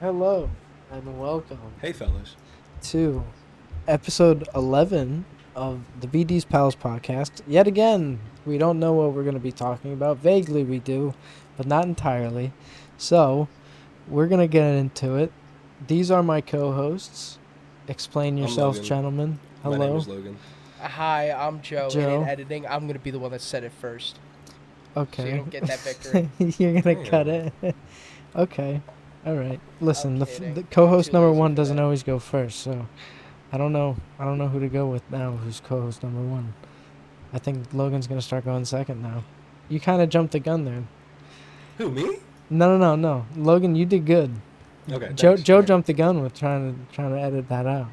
Hello and welcome Hey, fellas. to episode 11 of the BD's Pals podcast. Yet again, we don't know what we're going to be talking about. Vaguely, we do, but not entirely. So, we're going to get into it. These are my co hosts. Explain I'm yourselves, Logan. gentlemen. My name Hello. is Logan. Hi, I'm Joe, Joe. and in editing, I'm gonna be the one that said it first. Okay. So you don't get that victory. You're going Hmm. Damn. to cut it. okay. All right. Listen, the, f- kidding. the I'm co-host too number lazy 1 for doesn't that. always go first, so I don't know. I don't know who to go with now who's co-host number 1. I think Logan's going to start going second now. You kind of jumped the gun there. Who me? No, no, no, no. Logan, you did good. Okay. Joe thanks. Joe Okay. jumped the gun with trying to trying to edit that out.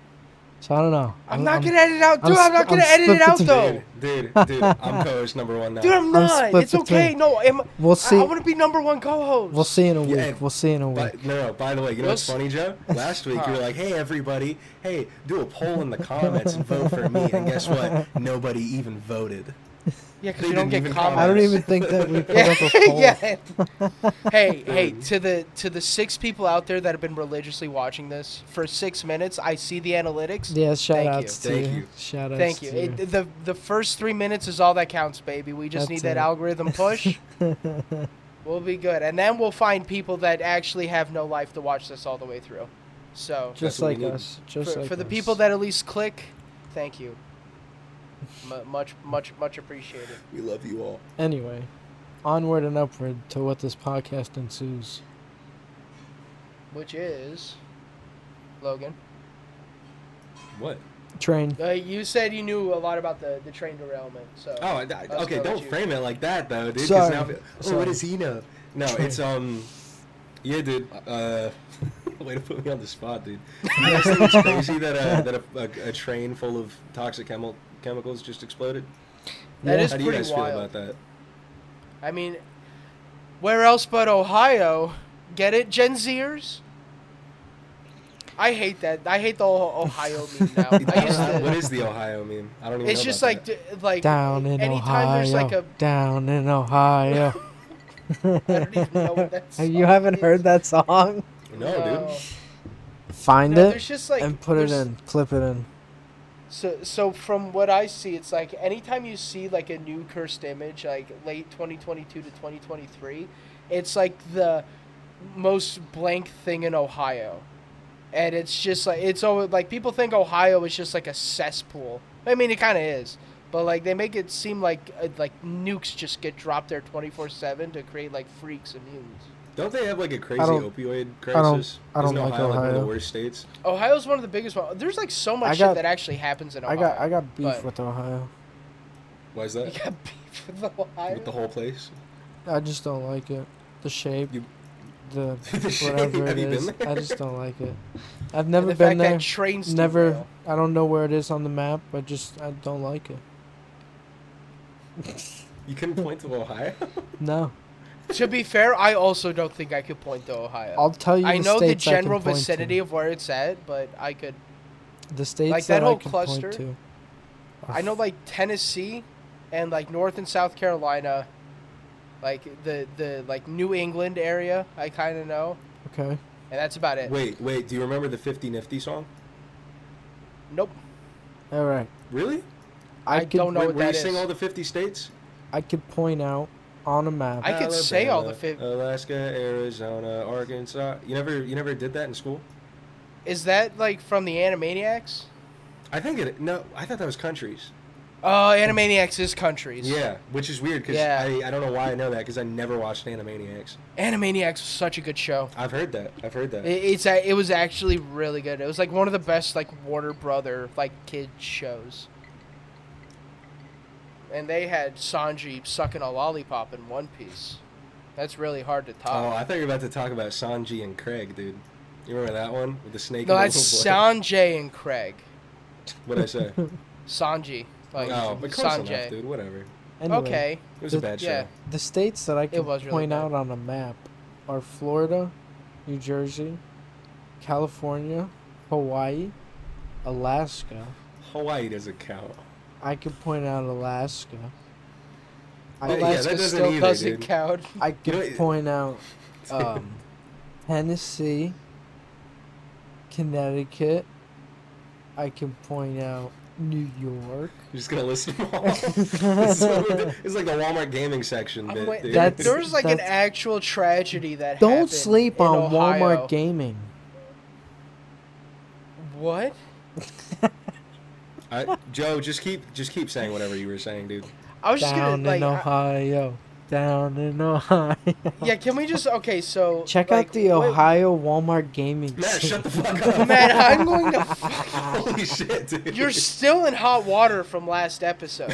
So I don't know. I'm not gonna edit it out, I'm dude. I'm, sp- not gonna I'm edit it split out between- though. Dude, dude, dude, I'm co-host number one now. Dude, I'm not. split It's okay. between- No, am, We'll I, I see. want to be number one co-host. We'll see in a week. Yeah, and- we'll see in a week. But, no, no, by the way, you know what's funny, Joe? Last week you were like, hey, everybody, hey, do a poll in the comments and vote for me. And guess what? Nobody even voted. yeah, because They you don't didn't get even comments. I don't honest. even think that we put Yeah, up a poll. yeah. hey, hey, to the to the six people out there that have been religiously watching this for six minutes, I see the analytics. Yeah, shout Thank you. outs to Thank you. you. Shout outs Thank you. to It, the the first three minutes is all that counts, baby. We just That's need that it. algorithm push. we'll be good, and then we'll find people that actually have no life to watch this all the way through. So just what we like need. us. Just for, like for the us. people that at least click, thank you. Mu much much much appreciated. We love you all. Anyway, onward and upward to what this podcast ensues. Which is Logan. What? Train. Uh, you said you knew a lot about the the train derailment, so Oh, I- I- I'll okay. let Don't you- frame it like that, though, dude. 'cause Sorry. Now, oh, Sorry. what does he know? No, it's um, yeah, dude. Uh, way to put me on the spot, dude. You guys think it's crazy that uh, that a, a, a train full of toxic chemi- chemicals just exploded? that Yeah. is How do you pretty guys wild. feel about that? I mean, where else but Ohio? Get it, Gen Zers? I hate that. I hate the whole Ohio meme now. I used to, what is the Ohio meme? I don't even. it's know just about like, that. d- like Down in anytime Ohio. there's like a. Down in Ohio. I don't even know what that you haven't song heard is. that song? no, dude. Find No, it there's just like and put it there's- in. Clip it in. So, so from what I see, it's like anytime you see like a new cursed image, like late 2022 to 2023, it's like the most blank thing in Ohio, and it's just like it's always like people think Ohio is just like a cesspool. I mean, it kind of is, but like they make it seem like uh, like nukes just get dropped there 24 seven to create like freaks and mutants. Don't they have like a crazy don't- opioid I don't- crisis? I don't Isn't like Ohio, one of Ohio. the worst states. Ohio's one of the biggest one. There's like so I much got- shit that actually happens in I Ohio. got I got beef but- with Ohio. Why is You that? got beef with Ohio. With the whole place. I just don't like it. The shape. You- the The shape. whatever Have it you been is. there? I just don't like it. I've And never the been fact there. That trains Never. I don't know where it is on the map. I just I don't like it. You couldn't point to Ohio. No, To be fair, I also don't think I could point to Ohio. I'll tell you. I know the states I can general point to. vicinity of where it's at, but I could. the states like, that, that I whole can cluster, Point to are I know f- like Tennessee, and like North and South Carolina, like the the like New England area. I kind of know, Okay. and that's about it. Wait, wait. Do you remember the Fifty Nifty song? Nope. All right. Really? I, I could don't know Wait, what were you that sing is. all the 50 states? I could point out on a map. I could say all the Alabama, fif- Alaska, Arizona, Arkansas. You never, you never did that in school. Is that like from the Animaniacs? I think it. No, I thought that was countries. Oh, Animaniacs is countries. Yeah, which is weird because Yeah. I, I don't know why I know that because I never watched Animaniacs. Animaniacs was such a good show. I've heard that. I've heard that. It, it's a, it was actually really good. It was like one of the best like Warner Brother like kid shows. And they had Sanji sucking a lollipop in One Piece. That's really hard to oh, top. I thought you were about to talk about Sanji and Craig, dude. You remember that one with the snake? no, and the that's little boy? Sanjay and Craig. What I say? Sanji, like oh, but close enough, Sanjay. dude. Whatever. Anyway, Okay, It was a The- bad show. yeah. The states that I could was really point bad. out on a map are Florida, New Jersey, California, Hawaii, Alaska. Hawaii doesn't count. I could point out Alaska. I, Yeah, could- that Alaska doesn't still either, doesn't dude. count. I could know, it- point out um, Tennessee, Connecticut. I can point out New York. You're just gonna listen to them all. it's, like, it's like the Walmart gaming section. I'm Bit, wait- dude. That's- there was like an that's- actual tragedy that Don't happened sleep in on Ohio. Walmart gaming. What? I, Joe, just keep just keep saying whatever you were saying, dude. I was just Down gonna like in I- Ohio. Down in Ohio. Yeah, can we just okay? So Check like, out the what- Ohio Walmart gaming. Matt, scene. shut the fuck up. Matt, I'm going to. Fuck, Holy shit, dude. you're still in hot water from last episode,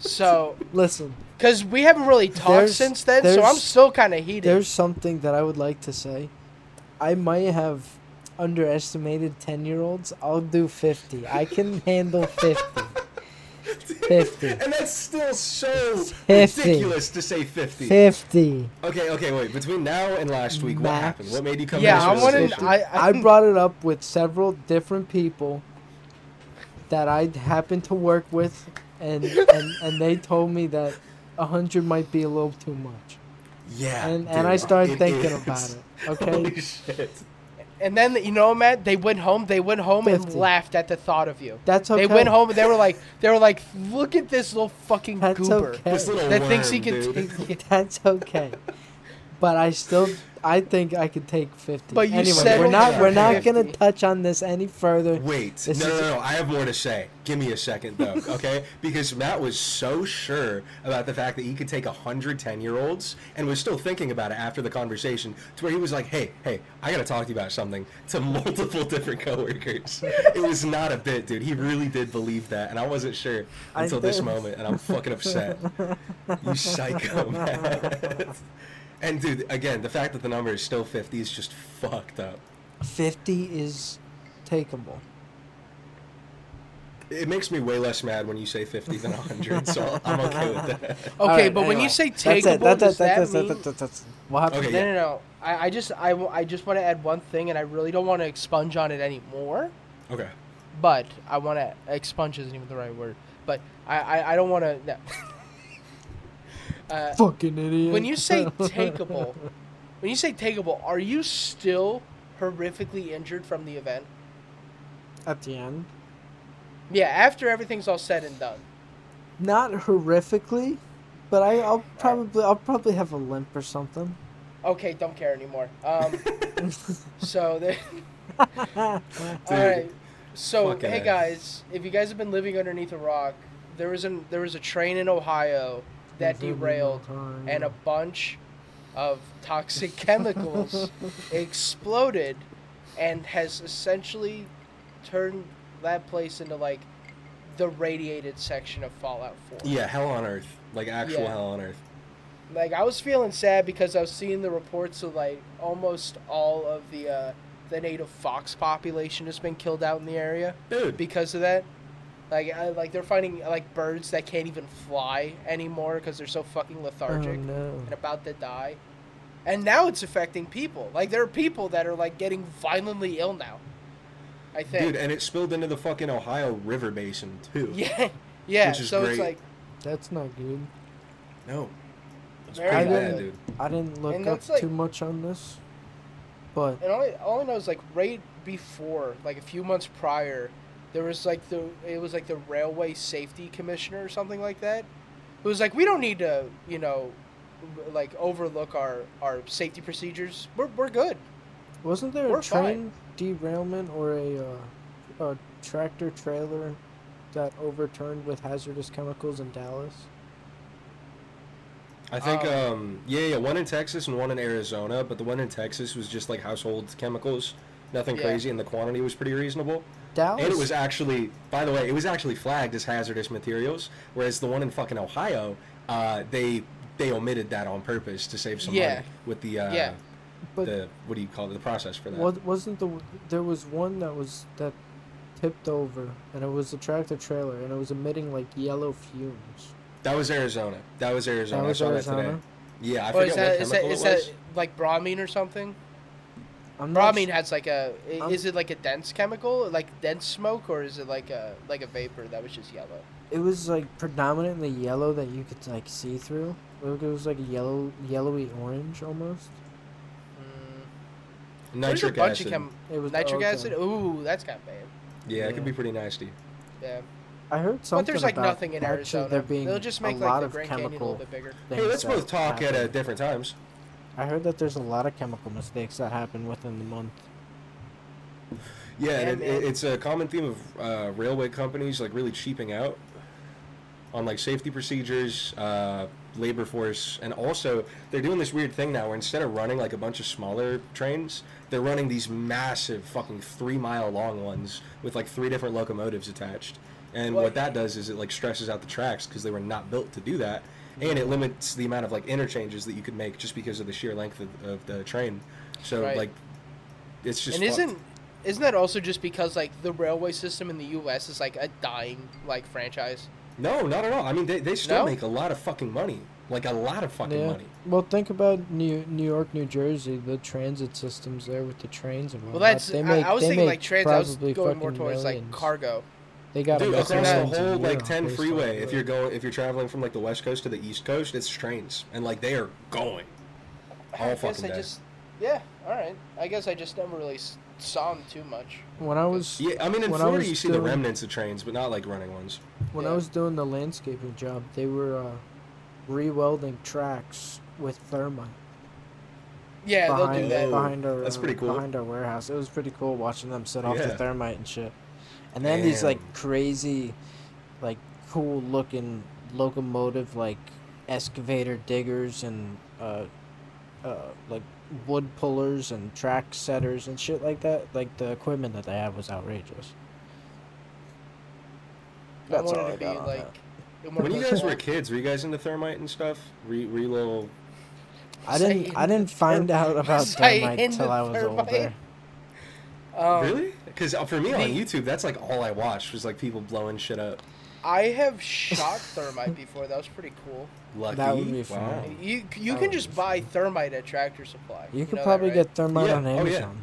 so Listen, because we haven't really talked There's- since then, so there's- I'm still kind of heated. there's something that I would like to say. I might have underestimated 10 year olds. I'll do 50. I can handle 50. 50. And that's still so 50. ridiculous to say 50. 50. Okay, okay, wait. Between now and last week, what Max. happened? What made you come Yeah, to I this wanna- realization? I- I- I brought it up with several different people that I happened to work with, and, and, and they told me that 100 might be a little too much. Yeah. And, dude, and I started it thinking is. about it. Okay? Holy shit. and then you know, Matt, they went home. They went home and 50. laughed at the thought of you. That's okay. They went home and they were like, they were like, look at this little fucking That's goober. okay. This little That worm, thinks he can dude. take- That's okay. But I still, I think I could take fifty. But you anyway, said we're not, we're not 50. gonna touch on this any further. Wait, This no, is- no, no, I have more to say. Give me a second, though, okay? Because Matt was so sure about the fact that he could take 110 year olds and was still thinking about it after the conversation to where he was like, hey, hey, I gotta talk to you about something to multiple different coworkers. it was not a bit, dude. He really did believe that, and I wasn't sure I until this did. moment, and I'm fucking upset. you psycho, Matt. and, dude, again, the fact that the number is still 50 is just fucked up. Fifty is takeable. It makes me way less mad when you say 50 than 100, so I'm okay with that. Okay, Alright, but when you anyway, say that's it, takeable, that's it, does that's it, that mean? that's it, that's it, that's it. What happened? Okay, No, yeah. no, no. I, I just, I, w- I just want to add one thing, and I really don't want to expunge on it anymore. Okay. But I want to expunge isn't even the right word. But I, I, I don't want to. No. uh, Fucking idiot. when you say takeable, when you say takeable, are you still horrifically injured from the event? at the end, Yeah, after everything's all said and done. not horrifically, but I, I'll probably, I'll probably have a limp or something. Okay, don't care anymore. Um, so there. Dude. All right. So Fucking hey A. guys, if you guys have been living underneath a rock, there was an there was a train in Ohio that derailed, and a bunch of toxic chemicals exploded, and has essentially turned that place into like the radiated section of Fallout Four. Yeah, hell on earth. Like actual Yeah. hell on earth. Like I was feeling sad because I was seeing the reports of like almost all of the uh, the native fox population has been killed out in the area. Dude. because of that. Like, I, like they're finding like birds that can't even fly anymore because they're so fucking lethargic Oh, no. and about to die. And now it's affecting people. Like there are people that are like getting violently ill now. I think. dude, and it spilled into the fucking Ohio River Basin, too. yeah, yeah. Which is so it's great. like, That's not good. No. That's Very pretty bad. bad, dude. I didn't look And up that's like- too much on this, but and all I, all I know is like right before, like a few months prior, there was like the it was like the railway safety commissioner or something like that. It was like we don't need to, you know, like overlook our our safety procedures. We're we're good. Wasn't there We're a train derailment or a, uh, a tractor trailer that overturned with hazardous chemicals in Dallas? I think, Oh. um, yeah, yeah, one in Texas and one in Arizona, but the one in Texas was just like household chemicals. Nothing Yeah. crazy, and the quantity was pretty reasonable. Dallas. Oh, And it was actually, by the way, it was actually flagged as hazardous materials, whereas the one in fucking Ohio, uh, they they omitted that on purpose to save some Yeah. money with the uh, Yeah. but the what do you call it, the process for that. wa- wasn't the there was one that was that tipped over and it was a tractor trailer and it was emitting like yellow fumes. That was Arizona. That was Arizona. That was I saw that Arizona. today. Yeah, I Or is forget that what is that chemical is it that was. like bromine or something? I'm not Bromine s- has like a i- I'm- is it like a dense chemical, like dense smoke, or is it like a like a vapor that was just yellow? it was like predominantly yellow that you could like see through. Like, It was like a yellow, yellowy orange almost. Mm, There's a Nitric bunch acid. of chem- It was nitric okay. acid. Ooh, that's got bad. yeah, it Yeah. could be pretty nasty. Yeah, I heard something but there's like about nothing in actually Arizona. There being They'll just a make lot like the of Grand Canyon a chemical little bit bigger. Hey, let's that both talk at uh, happen. different times. I heard that there's a lot of chemical mistakes that happen within the month. Yeah, Yeah, and it, man. it, it's a common theme of uh, railway companies like really cheaping out on like safety procedures, uh, labor force, and also they're doing this weird thing now where instead of running like a bunch of smaller trains, they're running these massive fucking three mile long ones with like three different locomotives attached. And Well- what that does is it like stresses out the tracks because they were not built to do that, and Mm. it limits the amount of like interchanges that you could make just because of the sheer length of, of the train. So Right. like, it's just and fucked. isn't isn't that also just because like the railway system in the U.S. is like a dying like franchise? No, not at all. I mean, they, they still No? make a lot of fucking money. Like, a lot of fucking yeah. money. Well, think about New New York, New Jersey, the transit systems there with the trains and Well, whatnot. that's they I, make, I was they thinking make like trans. I was probably going more fucking towards like millions. cargo. They got Dude, make across the sense. whole, like, 10 freeway, if you're going, if you're traveling from, like, the West Coast to the East Coast, it's trains. And, like, they are going. All I guess fucking I day. just yeah. All right. I guess I just never really s- saw them too much. When I was Yeah, I mean, in When I Florida, was you see the doing- remnants of trains, but not, like, running ones. when I Yeah. was doing the landscaping job, they were uh, re-welding tracks with thermite Yeah, behind they'll do that. Oh, behind our that's uh, pretty cool. behind our warehouse. It was pretty cool watching them set off the Yeah. thermite and shit. And then these like Damn. crazy, like cool looking locomotive like excavator diggers and uh, uh, like wood pullers and track setters and shit like that. Like the equipment that they had was outrageous. I That's all wanted I to be got on like. that. in one When of you those guys were small- kids, were you guys into thermite and stuff? Were you, were you little... I didn't. I Say- didn't find out about Say thermite in until the I was thermite. older. Um, really? Because for me, on the- YouTube, that's, like, all I watched was, like, people blowing shit up. I have shot thermite before. That was pretty cool. Lucky. would be Wow. fun. You you That can would just be buy thermite at Tractor Supply. You could know that, probably right? get thermite Yeah, on oh, yeah. Amazon.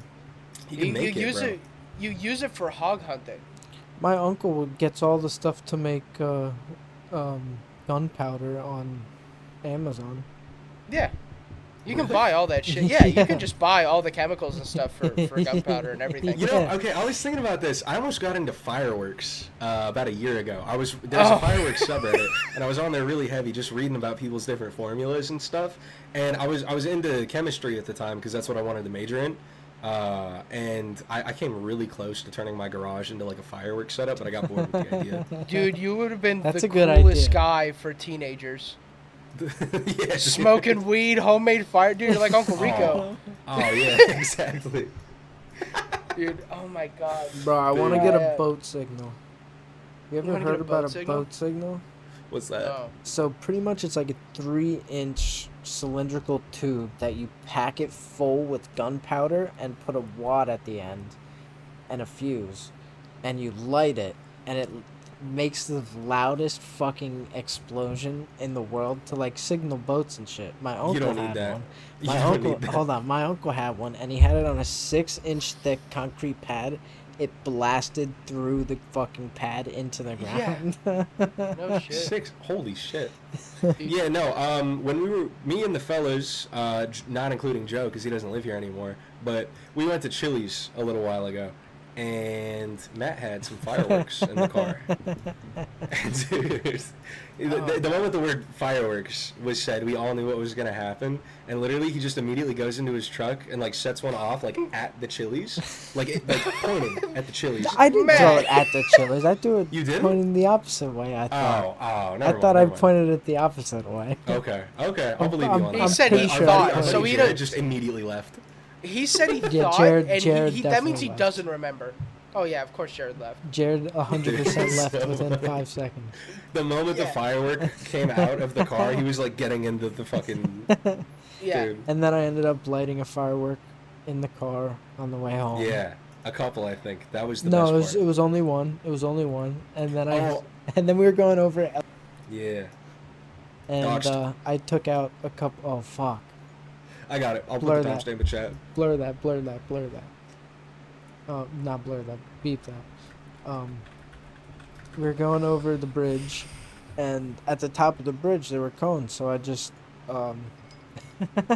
You You, can make you it, use bro. it. You use it for hog hunting. My uncle would- gets all the stuff to make uh, um, gunpowder on Amazon. Yeah. You can buy all that shit. Yeah, you can just buy all the chemicals and stuff for, for gunpowder and everything. You know, Yeah. okay, I was thinking about this. I almost got into fireworks uh, about a year ago. I was there was Oh. a fireworks subreddit, and I was on there really heavy, just reading about people's different formulas and stuff. And I was I was into chemistry at the time because that's what I wanted to major in. Uh, and I, I came really close to turning my garage into like a fireworks setup, but I got bored with the idea. Dude, you would have been That's the a good coolest idea. guy for teenagers. yeah, dude. Smoking weed, homemade fire. Dude, you're like Uncle Rico. Oh yeah, exactly. Dude, oh my god. Bro, I want to Yeah. get a Yeah. boat signal. You ever wanna get heard a about boat a signal? boat signal? What's that? No. So pretty much it's like a three inch cylindrical tube that you pack it full with gunpowder and put a wad at the end and a fuse and you light it and it l- makes the loudest fucking explosion in the world to like signal boats and shit. My uncle you don't had need that. one. You My don't uncle need that. hold on, my uncle had one and he had it on a six inch thick concrete pad. It blasted through the fucking pad into the Yeah. ground. No shit. Six. Holy shit. Dude. yeah, no. Um, when we were me and the fellas, uh, J- not including Joe because he doesn't live here anymore, but we went to Chili's a little while ago, and Matt had some fireworks in the car. Dude, the, the, the one with the word fireworks was said. We all knew what was gonna happen, and literally he just immediately goes into his truck and like sets one off like at the Chili's, like it, like pointing at the Chili's. I didn't throw Man. it at the chillers. I threw it You didn't? pointing the opposite way. I Oh, thought. oh, never I mind, thought I never mind. pointed it the opposite way. Okay, okay, I'll believe I'm- you on He that. said he But I'm thought, pretty- I'm so pretty he sure don't- just immediately left. He said he Yeah, thought, Jared- and Jared he, he, that means definitely he left. doesn't remember. Oh yeah, of course Jared left. Jared 100% left So- within five seconds. The moment Yeah. the firework came out of the car, he was like getting into the fucking Yeah. dude. And then I ended up lighting a firework in the car on the way home. Yeah, a couple, I think. That was the No, best it was, part. it was only one. It was only one. And then I, Oh. and then we were going over, it, Yeah, and Doxed. uh, I took out a couple. Oh fuck! I got it. I'll Blur put the that. timestamp in chat. Blur that. Blur that. Blur that. Oh, not blur that. Beep that. Um, we were going over the bridge, and at the top of the bridge there were cones. So I just um,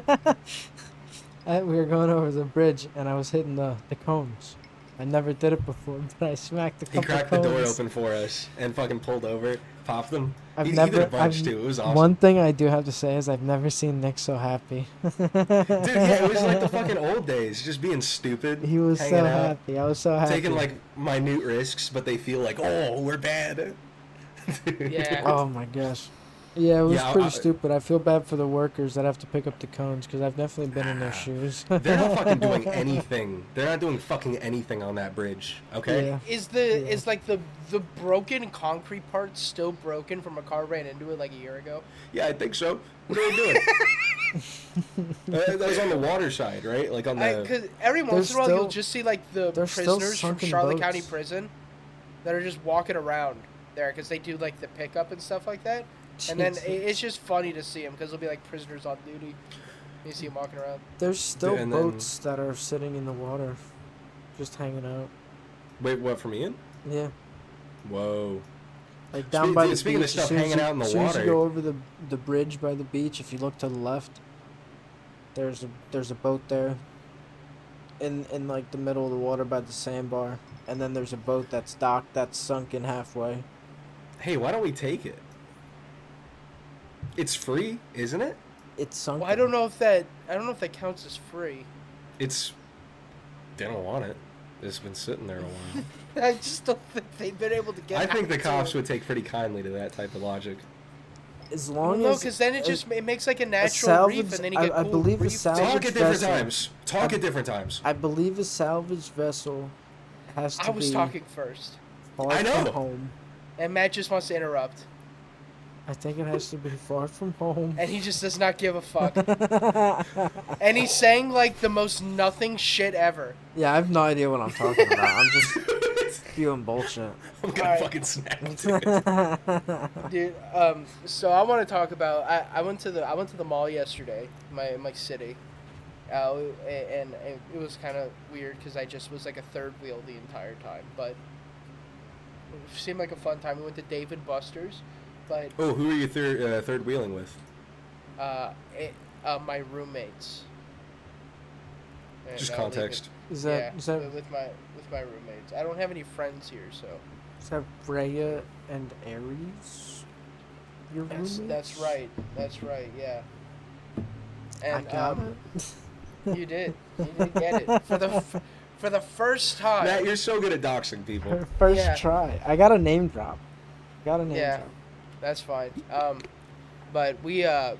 I, we were going over the bridge, and I was hitting the, the cones. I never did it before, but I smacked a He couple cracked the cones. door open for us and fucking pulled over, popped them. I've he, he never. did a bunch I've, too. It was awesome. One thing I do have to say is I've never seen Nick so happy. Dude, Dude, yeah, it was like the fucking old days, just being stupid. He was so hanging out, happy. I was so happy. taking like minute risks, but they feel like, oh, we're bad. Dude. Yeah. Oh my gosh. Yeah, it was Yeah, I- pretty I- stupid. I feel bad for the workers that have to pick up the cones because I've definitely been in Nah. their shoes. They're not fucking doing anything. They're not doing fucking anything on that bridge. Okay. Yeah. Is the Yeah. is like the the broken concrete part still broken from a car ran into it like a year ago? Yeah, I think so. What are we doing? Uh, that was on the water side, right? Like on the. Because every once in a There's while still- you'll just see like the there's still prisoners from sunken Charlotte County boats. Prison that are just walking around there because they do like the pickup and stuff like that. And then Jesus. it, it's just funny to see them because they'll be like prisoners on duty. You see them walking around. There's still and then- boats that are sitting in the water, just hanging out. Wait, what from Ian? Yeah, Whoa. like down Speak- by dude, the speaking of beach. as stuff soon as hanging you- out in the as soon as you water. go over the the bridge by the beach, if you look to the left, there's a there's a boat there. In in like the middle of the water by the sandbar, and then there's a boat that's docked that's sunken halfway. Hey, why don't we take it? It's free, isn't it? It's sunken. Well, I don't know if that I don't know if that counts as free. It's. They don't want it. It's been sitting there a while. I just don't think they've been able to get. I think the out to cops it. would take pretty kindly to that type of logic. As Well, long no, as because then it as- just it makes like a a natural reef, salvage. and then you I, get I cool believe a reef. Talk salvage at different vessel. times. Talk at different times. I believe a salvage vessel has to I was be talking first, far I know. from home. and Matt just wants to interrupt, I think it has to be far from home. and he just does not give a fuck. and he's saying like the most nothing shit ever. yeah, I have no idea what I'm talking about. I'm just spewing bullshit. I'm gonna Alright. fucking snap. dude. yeah, Dude, um, so I want to talk about. I, I went to the I went to the mall yesterday, my my city, uh, a- and, and it was kind of weird because I just was like a third wheel the entire time, but it seemed like a fun time. We went to Dave and Buster's, but oh, who are you thir- uh, third wheeling with? uh, it, uh my roommates. And Just I'll leave it- context. Is that- yeah, is that- wi- with my with my roommates? I don't have any friends here, so Is that Rhea and Aries? Your that's roommates? that's right. That's right. Yeah. And I got um, it. You did. You did get it for the f- for the first time. Matt, you're so good at doxing people. Her first Yeah. try. I got a name drop. Got a name Yeah. drop. That's fine. Um, but we uh,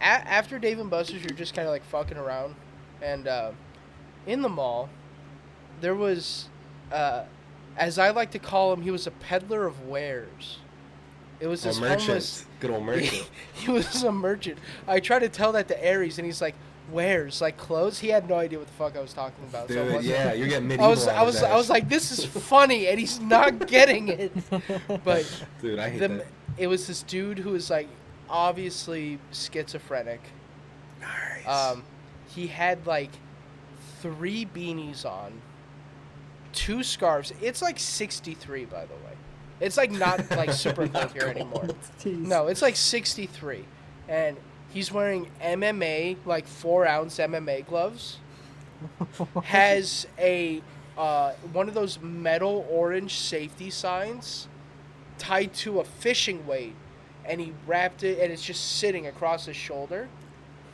a- after Dave and Buster's, you're just kind of like fucking around, and uh, in the mall, there was, uh, as I like to call him, he was a peddler of wares. It was A this merchant. homeless. Good old merchant. he was a merchant. I tried to tell that to Aries, and he's like, "Wares, like clothes." He had no idea what the fuck I was talking about. so it Dude, wasn't- yeah, you're getting medieval. I was, I was, I was like, this is funny, and he's not getting it. But dude, I hate the, that. it was this dude who was like obviously schizophrenic. Nice. Um, he had like three beanies on, two scarves. It's like sixty-three, by the way. It's like not like super cold Not here anymore. cold. Jeez. No, it's like 63. And he's wearing MMA, like four ounce MMA gloves. has a uh, one of those metal orange safety signs tied to a fishing weight. And he wrapped it, and it's just sitting across his shoulder.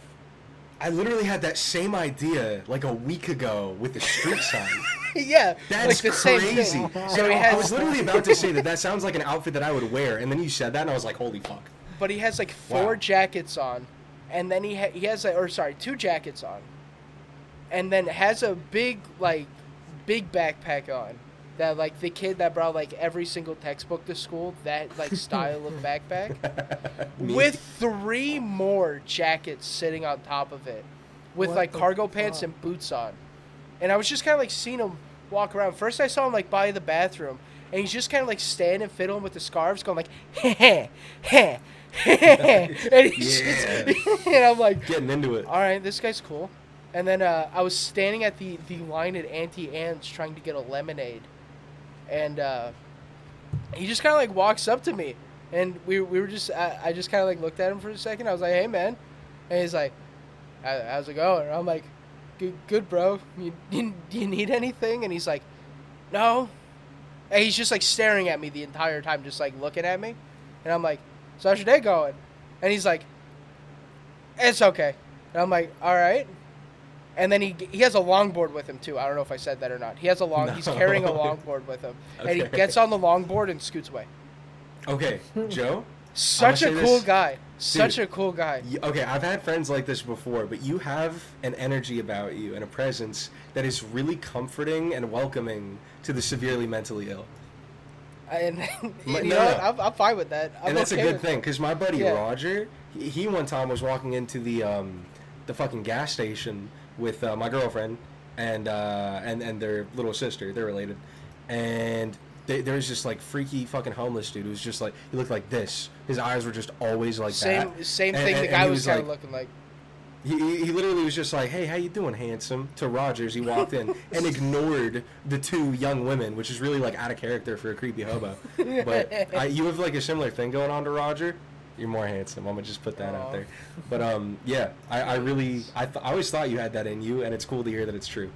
I literally had that same idea like a week ago with the street sign. yeah, That's like the crazy. same thing. So So he I was has, literally about to say that that sounds like an outfit that I would wear, and then you said that, and I was like, holy fuck. but he has like four Wow. jackets on, and then he ha- he has like, or sorry, two jackets on, and then has a big like big backpack on that like the kid that brought like every single textbook to school that like style of backpack Me. with three more jackets sitting on top of it with What like the cargo pants fuck? and boots on and i was just kind of like seeing him walk around first i saw him like by the bathroom and he's just kind of like standing fiddling with the scarves going like heh heh heh heh and, he's just, and i'm like getting into it. all right, this guy's cool. And then uh, I was standing at the, the line at Auntie Anne's trying to get a lemonade, and uh, he just kind of like walks up to me, and we, we were just I, I just kind of like looked at him for a second. I was like, hey man, and he's like, "How- how's it going? And I'm like, good, good bro. You, you, you need anything? And he's like, no. And he's just like staring at me the entire time, just like looking at me. And I'm like, so how's your day going? And he's like, it's okay. And I'm like, all right. And then he he has a longboard with him too. I don't know if I said that or not. He has a long. He's No. carrying a longboard with him, and he Okay. gets on the longboard and scoots away. Okay, Joe. Such a say cool this- guy. Such Dude. a cool guy. You, okay, I've had friends like this before, but you have an energy about you and a presence that is really comforting and welcoming to the severely mentally ill. And, No, you know what? no. I'm, I'm fine with that. I'm and that's okay a good with thing because my buddy Yeah. Roger, he, he one time was walking into the um, the fucking gas station with uh, my girlfriend and uh, and and their little sister. They're related, and they, there was this like freaky fucking homeless dude who was just like he looked like this. His eyes were just always like Same that. same And- thing. and- the and guy he was, kind of like- looking like. He, he he literally was just like, "Hey, how you doing, handsome?" To Rogers, he walked in and ignored the two young women, which is really like out of character for a creepy hobo. But I, you have like a similar thing going on to Roger. You're more handsome. I'm gonna just put that Aw. out there. But um, yeah, I, I really, I, th- I always thought you had that in you, and it's cool to hear that it's true.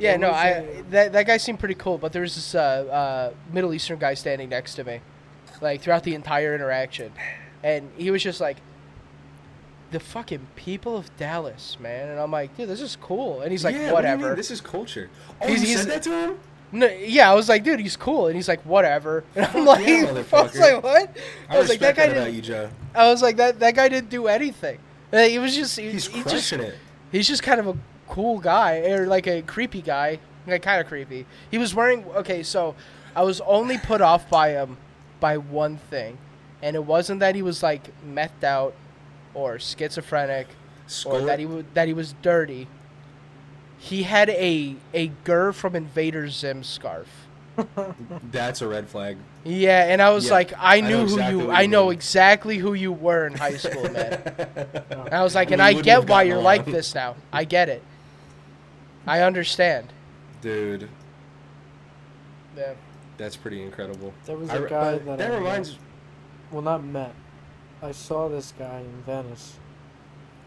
Yeah, What no, was, I uh, that that guy seemed pretty cool, but there was this uh, uh, Middle Eastern guy standing next to me, like throughout the entire interaction, and he was just like, "The fucking people of Dallas, man," and I'm like, "Dude, this is cool," and he's like, yeah, What do you "Whatever." mean? This is culture. Oh, He's- you he's- said that to him? no, yeah, I was like, "Dude, he's cool," and he's like, "Whatever," and I'm like, yeah, "I was motherfucker. like, what?" I, was like, respect "That guy that, about didn't." you, Joe. I was like, "That that guy didn't do anything." Uh, He was just he, He's he just crushing it. He's just kind of a cool guy, or like a creepy guy, like kind of creepy. He was wearing okay, so I was only put off by him by one thing, and it wasn't that he was like methed out or schizophrenic or Skull- that he wa- that he was dirty. He had a a Gur from Invader Zim scarf. That's a red flag. Yeah, and I was Yeah, like, I know knew who exactly you, what you I know mean. exactly who you were in high school, man. And I was like, We and I wouldn't get have why gotten you're like along. this now. I get it. I understand. Dude, Yeah. that's pretty incredible. There was I a re- guy but that, that I reminds. Met, well, not met. I saw this guy in Venice.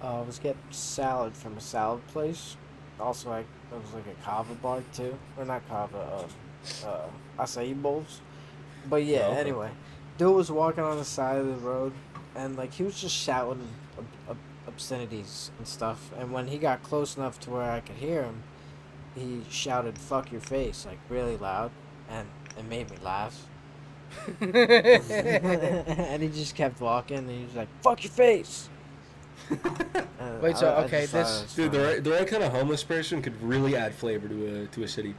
Uh, I was getting salad from a salad place. Also, I it was like a kava bar too, or not kava, uh, uh, acai bowls. But yeah, Oh, okay. anyway, dude was walking on the side of the road, and like he was just shouting ob- ob- obscenities and stuff. And when he got close enough to where I could hear him, he shouted "fuck your face" like really loud, and it made me laugh. and he just kept walking, and he was like, "Fuck your face." And Wait, so, I- I just okay, thought it this- was Dude, the funny. right, the right kind of homeless person could really add flavor to a to a city.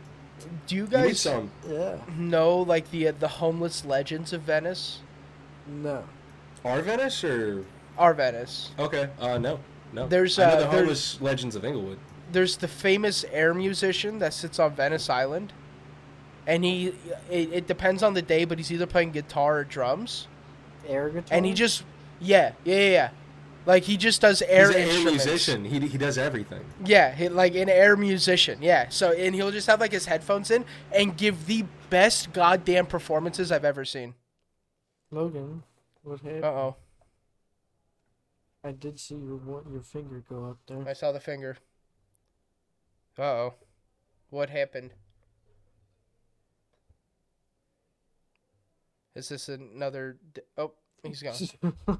Do you You need guys some. Yeah. know like the uh, the homeless legends of Venice? No. Our Venice or Our Venice. okay? Uh, no, no. There's, I know uh, the there's- homeless legends of Inglewood. There's the famous air musician that sits on Venice Island, and he it, it depends on the day, but he's either playing guitar or drums, Air guitar. and he just yeah yeah yeah, yeah. like he just does air He's an air instruments. musician. He, he does everything. Yeah, he, like an air musician. Yeah. So and he'll just have like his headphones in and give the best goddamn performances I've ever seen. Logan, what happened? Uh oh, I did see your one- your finger go up there. I saw the finger. Uh oh, what happened? Is this another? D- oh, he's gone.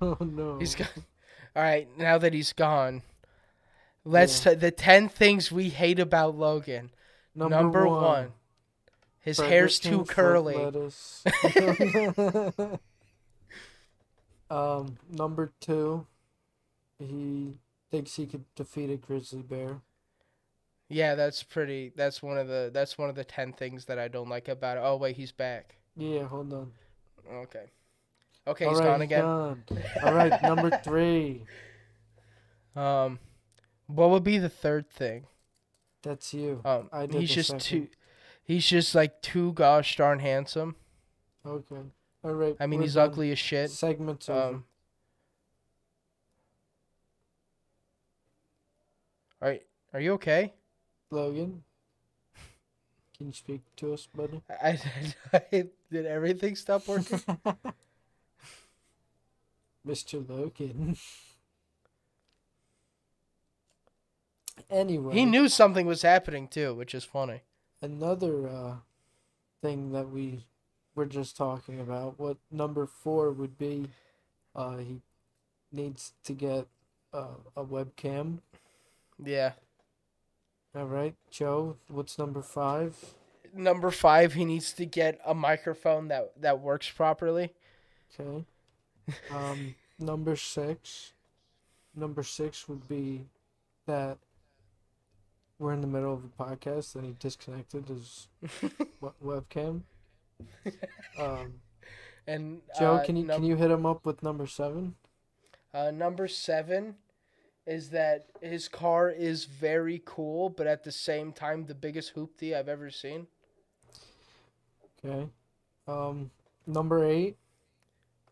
oh no. He's gone. All right, now that he's gone, let's t- the ten things we hate about Logan. Number, one. his Burger hair's King too foot curly. lettuce. um, number two, he thinks he could defeat a grizzly bear. Yeah, that's pretty. That's one of the. That's one of the ten things that I don't like about it. Oh wait, he's back. Yeah, hold on. Okay. Okay, All he's right, gone again. gone. All right, number three. Um, what would be the third thing? That's you. Um, I did he's the just second. too. He's just like too gosh darn handsome. Okay. All right. I mean, we're he's done. ugly as shit. Segments over. Um. All right, are you okay? Logan, can you speak to us, buddy? I, I, did everything stop working? Mr. Logan. Anyway, He knew something was happening too, which is funny. another uh, thing that we were just talking about. What number four would be? Uh, he needs to get uh, a webcam. Yeah. All right, Joe. What's number five? Number five, he needs to get a microphone that that works properly. Okay. Um, number six. Number six would be that we're in the middle of a podcast and he disconnected his we- webcam. Um, And Joe, uh, can you num- can you hit him up with number seven? Uh, number seven is that his car is very cool, but at the same time, the biggest hoopty I've ever seen. Okay. Um, number eight.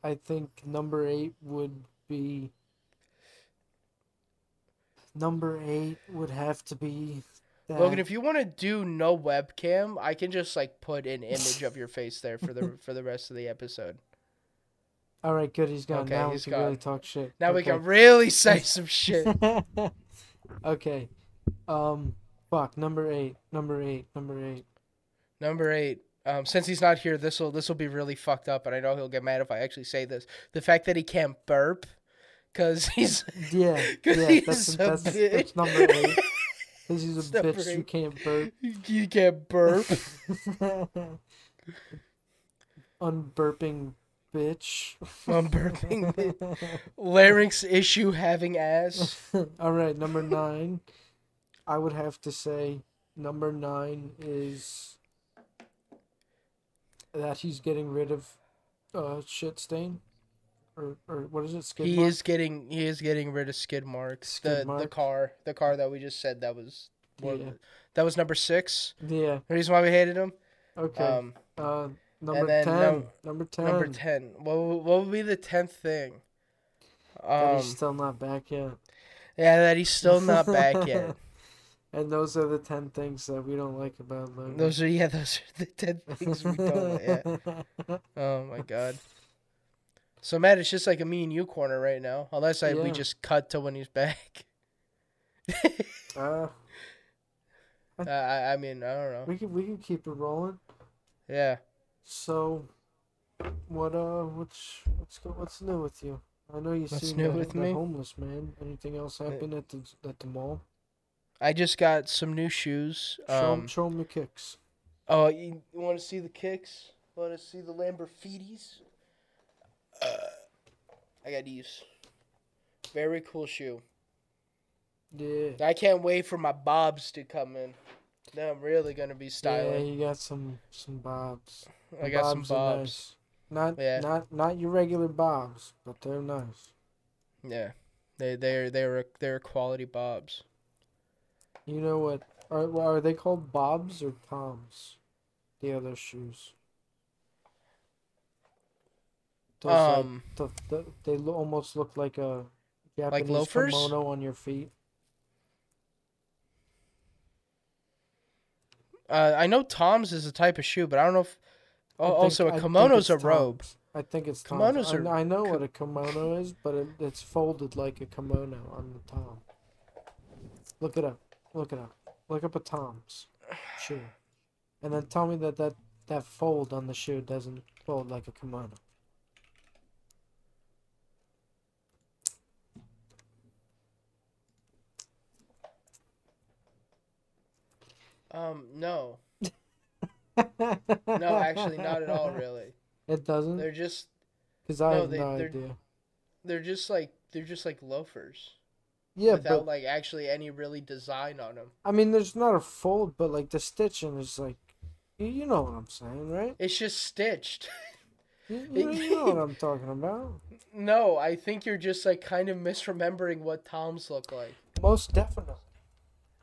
I think number eight would be. Number eight would have to be. That... Logan, if you want to do no webcam, I can just like put an image of your face there for the for the rest of the episode. All right, good. He's gone. Okay, now he's we can really gone. talk shit. Now we Okay. can really say some shit. okay. Um. Fuck. Number eight. Number eight. Number eight. Number eight. Um, since he's not here, this will this will be really fucked up, and I know he'll get mad if I actually say this. The fact that he can't burp, cause he's Yeah. Cause yeah. he's That's a that's, bitch. that's number eight. Because he's a Number bitch who eight. can't burp. you can't burp. Unburping bitch. I'm burping. Larynx issue having Oh, ass. All right. Number nine. I would have to say number nine is that he's getting rid of uh shit stain. Or, or what is it? Skid He mark? is getting he is getting rid of skid marks. Skid the the mark. car the car that we just said that was one of Yeah. the- that was number six. Yeah. The reason why we hated him. Okay. Um, uh, number then ten. num- number ten. number ten. What would- what would be the tenth thing? That Um, he's still not back yet. yeah, that he's still not back yet. And those are the ten things that we don't like about Logan. Those are yeah, those are the ten things we don't. Yeah. Oh my god. So Matt, it's just like a me and you corner right now, unless I we Yeah. just cut to when he's back. uh, I Uh, I I mean I don't know. we can we can keep it rolling. Yeah. So, what uh, what's what's go, what's new with you? I know you What's seen new that, with that me? Uh, homeless man. Anything else happen at the at the mall? I just got some new shoes. Show, Um, show him the kicks. oh, you, you want to see the kicks? Want to see the Lamborghinis? Uh, I got these. Very cool shoe. Yeah. I can't wait for my bobs to come in. Now I'm really gonna be Yeah, styling. you got some some bobs. I The got some are bobs. Not Yeah. not not your regular bobs, but they're nice. Yeah, they they're they're they're quality bobs. You know what? Are well, are they called bobs or toms? The other shoes. Those like, um, the, the, they lo- almost look like a Japanese loafers? kimono on your feet. uh, I know Tom's is a type of shoe, but I don't know if. I Oh, think- also, I a think kimono's a it's robe. toms. I think it's toms. Kimonos I, are- I know ki- what a kimono is, but it, it's folded like a kimono on the tom. Look it up. Look it up. Look up a tom's shoe, and then tell me that that that fold on the shoe doesn't fold like a kimono. Um, no, no, actually, not at all. Really, It doesn't, they're just because I no, have they- no they're- idea. they're just like they're just like loafers Yeah, without but like actually any really design on them. I mean, there's not a fold, but like the stitching is like, you, you know what I'm saying, right? It's just stitched. You, you, you know what I'm talking about. no, I think you're just like kind of misremembering what Tom's look like. Most definitely.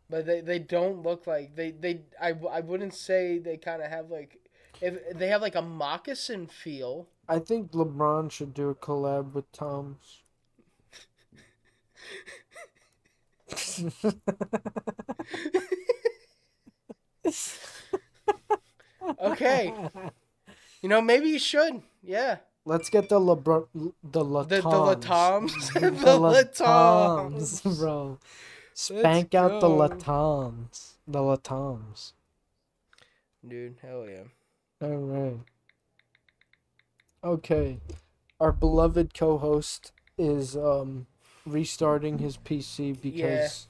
But they, they don't look like they they I, w- I wouldn't say they kind of have like if they have like a moccasin feel. I think LeBron should do a collab with Tom's. Okay, you know maybe you should. Yeah, Let's get the LeBron, the the the Latoms. Latoms, the The Latoms. Latoms, bro. Spank out the go. latons. The latons. Dude, hell yeah. All right. Okay. Our beloved co-host is um restarting his PC because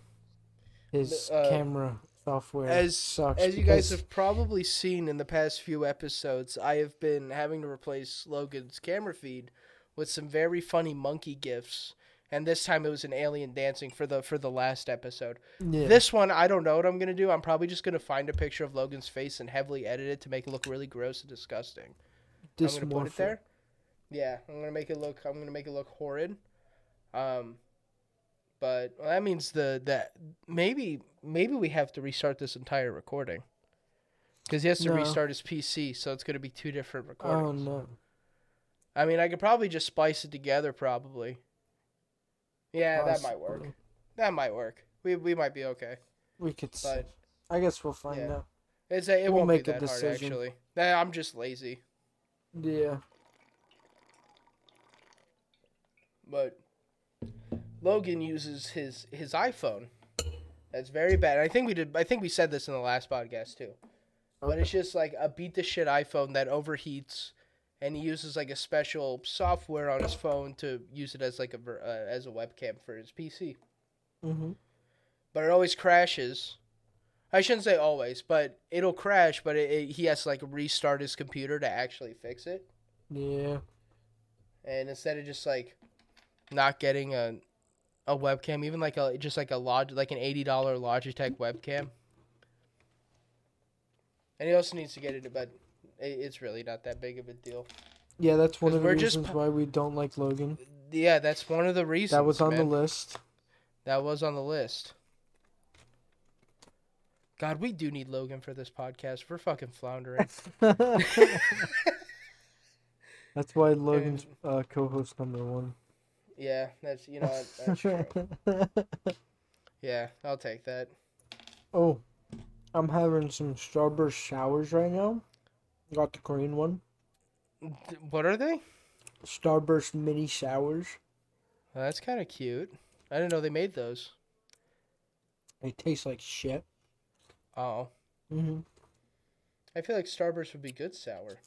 his The, uh, camera software as sucks. as you guys because- have probably seen in the past few episodes, I have been having to replace Logan's camera feed with some very funny monkey gifs, and this time it was an alien dancing for the for the last episode. yeah. This one, I don't know what I'm gonna do. I'm probably just gonna find a picture of Logan's face and heavily edit it to make it look really gross and disgusting. I'm gonna put dysmorphia. it there. Yeah, I'm gonna make it look. I'm gonna make it look horrid. Um, but well, that means the that maybe maybe we have to restart this entire recording because he has to No. restart his PC, so it's gonna be two different Oh recordings. no. I mean, I could probably just splice it together, probably. Yeah, that might work. Possibly. That might work. We we might be okay, We could see. but I guess we'll find yeah. out. it's a, it We'll won't make be a that hard decision. actually. Nah, I'm just lazy. Yeah. but Logan uses his his iPhone. That's very bad. I think we did. I think we said this in the last podcast too. But it's just like a beat the shit iPhone that overheats, and he uses like a special software on his phone to use it as like a ver- uh, as a webcam for his PC. Mm-hmm. Mhm. But it always crashes. I shouldn't say always, but it'll crash. But it, it, he has to like restart his computer to actually fix it. Yeah. and instead of just like not getting a a webcam, even like a just like a log like an eighty dollar Logitech webcam, and he also needs to get it, but i- it's really not that big of a deal. Yeah, that's one 'Cause of the we're just reasons pu- why we don't like Logan. Yeah, that's one of the reasons. That was on the man. list. That was on the list. God, we do need Logan for this podcast. We're fucking floundering. That's why Logan's uh, co-host number one. yeah, that's you know what, that's true. Yeah, I'll take that. oh, I'm having some strawberry showers right now. Got the green one. Th- What are they? Starburst mini showers. Oh, that's kind of cute. I didn't know they made those. They taste like shit. Oh. Mm-hmm. I feel like Starburst would be good sour.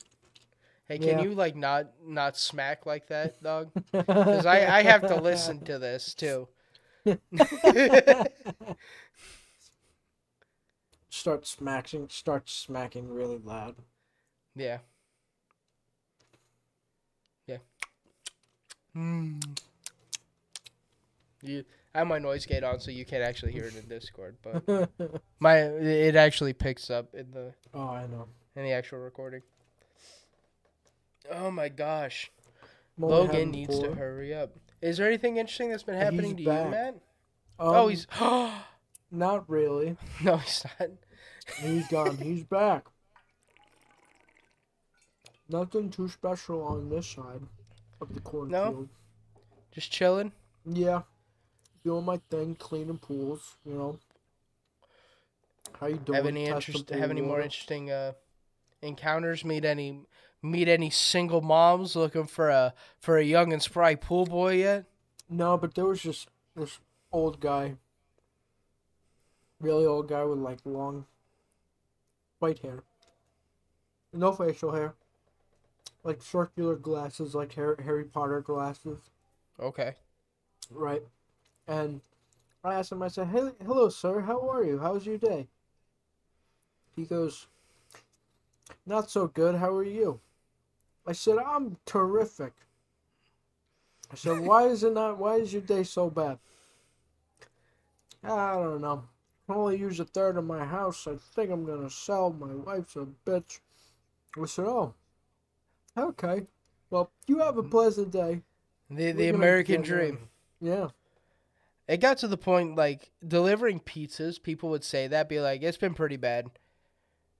Hey, can Yeah. you like not not smack like that, dog? Because I, I have to listen to this too. Start smacking. Start smacking really loud. yeah. Yeah. Mm. You, I have my noise gate on, so you can't actually hear it in Discord, but oh, my it actually picks up in the I know. in the actual recording. Oh my gosh. I'm only Logan having needs to four. hurry up. Is there anything interesting that's been He's happening to back. you, Matt? Um, oh, he's not really. no, he's not. He's gone. He's back. Nothing too special on this side of the cornfield. Just chilling. Yeah. Doing my thing, cleaning pools, you know. How you doing? have any Test interest? the Have pool any more water. interesting uh, encounters? Meet any? Meet any single moms looking for a for a young and spry pool boy yet? No, but there was just this old guy. Really old guy with like long white hair. No facial hair. Like circular glasses, like Har- Harry Potter glasses. Okay. Right. And I asked him, I said, hey, hello, sir. How are you? How's your day? He goes, not so good. How are you? I said, I'm terrific. I said, why is it not, why is your day so bad? I don't know. I only use a third of my house. I think I'm going to sell. My wife's a bitch. I said, oh, okay. Well, you have a pleasant day. Mm-hmm. The We're the gonna American get married." dream. Yeah. It got to the point like delivering pizzas. People would say that, be like, "It's been pretty bad."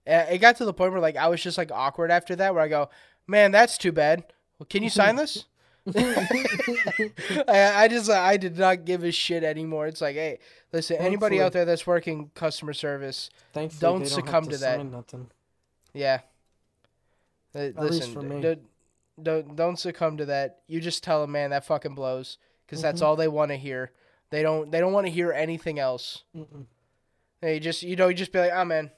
Uh, It got to the point where like I was just like awkward after that, where I go, "Man, that's too bad. Well, can you sign this?" I, I just I did not give a shit anymore. It's like, hey, listen, anybody Thankfully- out there that's working customer service, Thankfully, Don't they succumb have to that. sign Nothing. yeah. Uh, least listen, for d- me. don't- Mm-hmm. don't don't succumb to that. You just tell them, man, that fucking blows, because that's all they want to hear. They don't they don't want to hear anything else. Mm-mm. They just you know you just be like, oh man,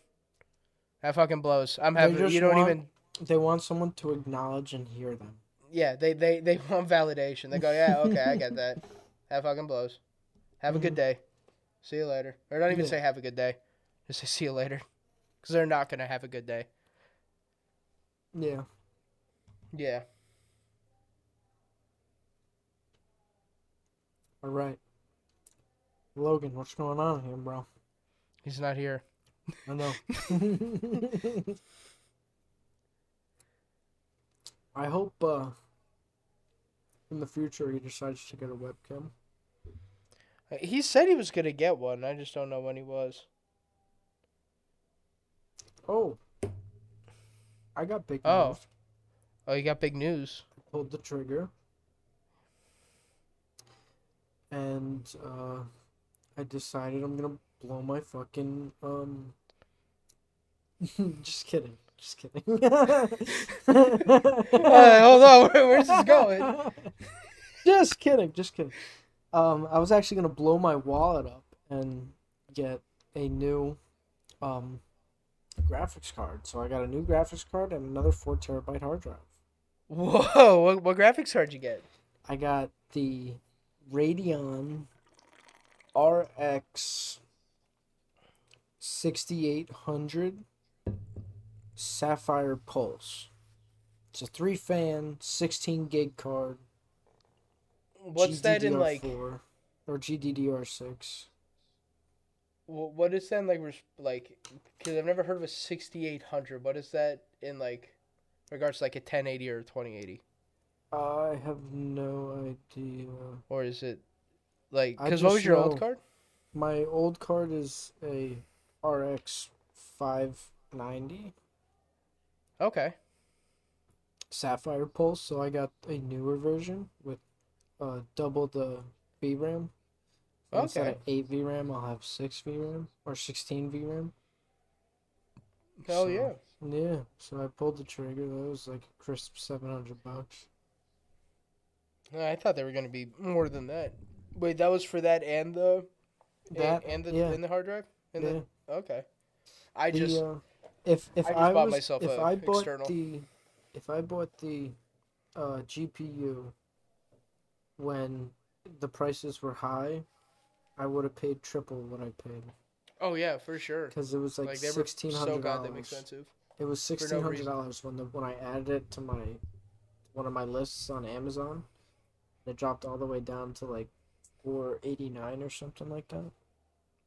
that fucking blows. I'm They having just you don't want- even They want someone to acknowledge and hear them. yeah they they they want validation. They go yeah okay I get that. That fucking blows. Have a good day. See you later. Or don't even Yeah. say have a good day. Just say see you later, because they're not gonna have a good day. Yeah. Yeah. All right. Logan, what's going on here, bro? He's not here. I know. I hope uh, in the future he decides to get a webcam. He said he was gonna get one. I just don't know when he was. Oh, I got big news. Oh. Oh, you got big news. Pulled the trigger, and uh, I decided I'm gonna blow my fucking um. just kidding. Just kidding. Uh, hold on, where, where's this going? just kidding, just kidding. Um, I was actually gonna blow my wallet up and get a new um, graphics card. So I got a new graphics card and another four terabyte hard drive. Whoa, what, what graphics card you get? I got the Radeon RX sixty eight hundred Sapphire Pulse. It's a three fan, sixteen gig card. What's that in like? GDDR4 or GDDR6? wh- What is that in like? res- Like, because I've never heard of a sixty-eight hundred. What is that in like? Regards to like a ten eighty or a twenty eighty, I have no idea. or is it like? I Because what was just your know. old card? My old card is a RX 590 Okay. Sapphire Pulse, so I got a newer version with uh, double the VRAM. So Instead Okay. of 8 VRAM, I'll have 6 VRAM or 16 VRAM. Hell So, yeah. Yeah, so I pulled the trigger. That was like a crisp 700 bucks. No, I thought they were gonna be more than that. Wait, that was for that and the and- That, and the yeah. and the hard drive. And yeah. the, okay. I the, just uh, if if I, I just bought was, myself if a I bought external. the if I bought the uh, GPU when the prices were high, I would have paid triple what I paid oh yeah for sure. because it was like, Like they were sixteen so hundred goddamn dollars. expensive. it was no sixteen hundred reason. dollars when the when I added it to my one of my lists on Amazon. It dropped all the way down to like four eighty nine or something like that.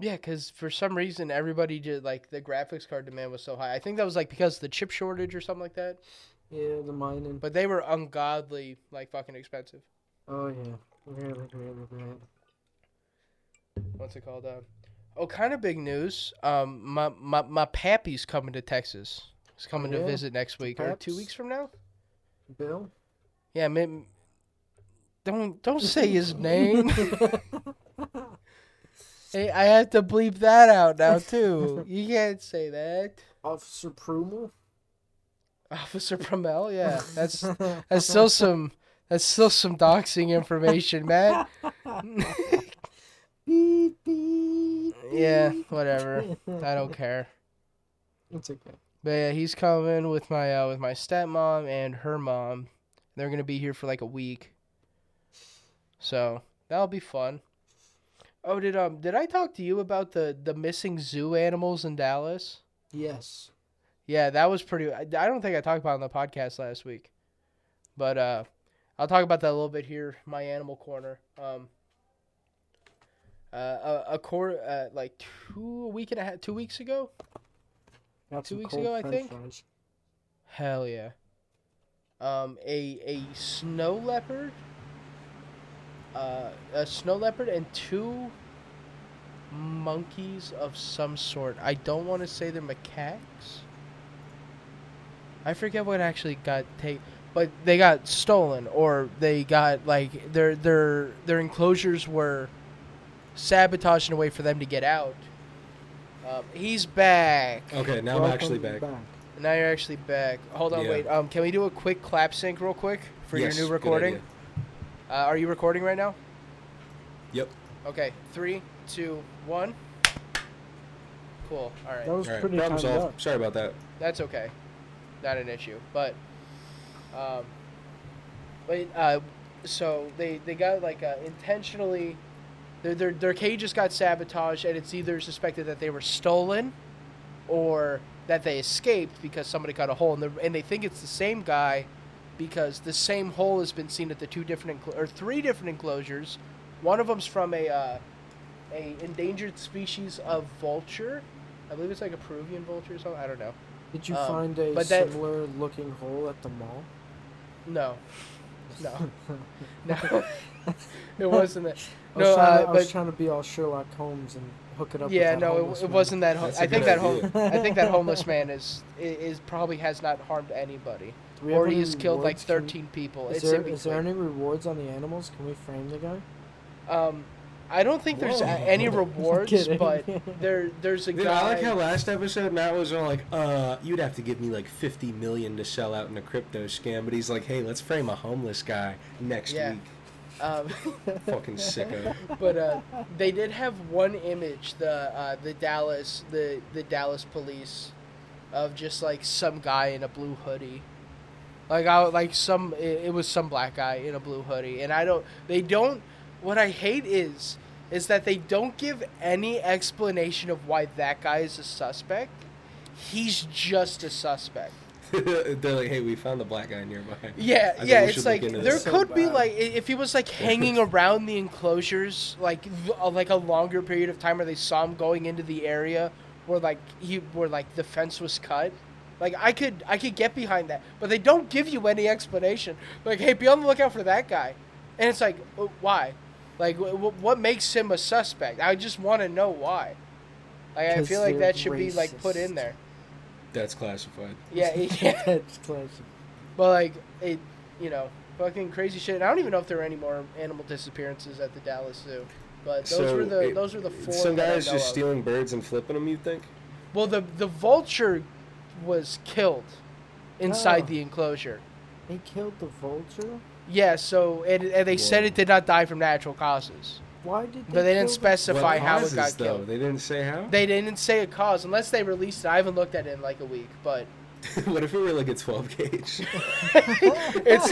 Yeah, because for some reason everybody did like the graphics card demand was so high. I think that was like because of the chip shortage or something like that. Yeah, the mining. But they were ungodly, like fucking expensive. oh yeah, really, really bad. What's it called? Uh, oh, kind of big news. Um, my my my pappy's coming to Texas. He's coming yeah? to visit next week or two Paps? weeks from now. Bill. Yeah, man. Don't don't say his name. hey, I have to bleep that out now too. You can't say that. Officer Prumel. Officer Promel, yeah, that's That's still some. That's still some doxing information, man. beep, beep, yeah, beep. whatever. I don't care. It's okay. But yeah, he's coming with my uh, with my stepmom and her mom. They're gonna be here for like a week. So that'll be fun. Oh, did um did I talk to you about the the missing zoo animals in Dallas? Yes. Yeah, that was pretty. I I don't think I talked about it on the podcast last week, but uh, I'll talk about that a little bit here. My animal corner. Um, uh, a, a quarter, uh, like two a week and a half, two weeks ago. Got Two some weeks cold ago, I french think? fries. Hell yeah. Um, a a snow leopard. Uh, a snow leopard and two monkeys of some sort. I don't want to say they're macaques. I forget what actually got taken, but they got stolen or they got like their their their enclosures were sabotaged in a way for them to get out. Um, he's back. Okay, now I'm actually back. Welcome Now you're actually back. Hold on, Yeah. wait. Um, can we do a quick clap sync real quick for Yes, your good new recording? idea. Uh, are you recording right now? Yep. Okay, three, two, one. Cool. All That right, was Alright, pretty problem timed solved. up. Sorry about that. that's okay. Not an issue, but, um, but uh, so they they got like uh, intentionally, their their their cages got sabotaged, and it's either suspected that they were stolen, or that they escaped because somebody cut a hole in the and they think it's the same guy, because the same hole has been seen at the two different enclo- or three different enclosures. One of them's from a uh, a endangered species of vulture. I believe it's like a Peruvian vulture or something. I don't know. Did you Um, find a but that- similar looking hole at the mall? No, no, no. it wasn't that. I was, No, trying, to, uh, I was but- trying to be all Sherlock Holmes and hook it up. Yeah, with that no, homeless it, it man. wasn't that. Ho- That's a I think good that home. idea. I think that homeless man is, i- is probably has not harmed anybody, Do we have or any he has killed like rewards? Can we- thirteen people. Is it's in there, is there between. any rewards on the animals? Can we frame the guy? Um, I don't think there's Whoa. a- any I'm rewards, kidding. but there there's a Dude, guy. I like how last episode Matt was all like, "Uh, you'd have to give me like fifty million to sell out in a crypto scam," but he's like, "Hey, let's frame a homeless guy next Yeah. week." um, Fucking sicko. but uh, they did have one image the uh, the Dallas the the Dallas police of just like some guy in a blue hoodie. Like I like some it, it was some black guy in a blue hoodie and I don't they don't what I hate is is that they don't give any explanation of why that guy is a suspect. He's just a suspect. They're like, "Hey, we found the black guy nearby." I Yeah, think yeah, we it's should like look into there this. So could be bad. like i- if he was like hanging around the enclosures like th- uh, like a longer period of time, or they saw him going into the area where like he where like the fence was cut. Like I could I could get behind that, but they don't give you any explanation. Like, hey, be on the lookout for that guy, and it's like, w- why? Like, w- what makes him a suspect? I just want to know why. Like, I 'Cause feel like they're that should be like put in racist. there. That's classified. Yeah, yeah. That's classic. But like it, you know, fucking crazy shit. And I don't even know if there are any more animal disappearances at the Dallas Zoo. But those So, were the it- those were the four. Some that I guys know just of. stealing birds and flipping them. You think? Well, the the vulture was killed inside Oh. the enclosure. They killed the vulture. Yeah. So and, and they said it Whoa. did not die from natural causes, Why did? They but they kill didn't the- specify What how causes, it got though? killed. They didn't say how. They didn't say a cause unless they released it. I haven't looked at it in like a week, but what if it were like a twelve gauge? it's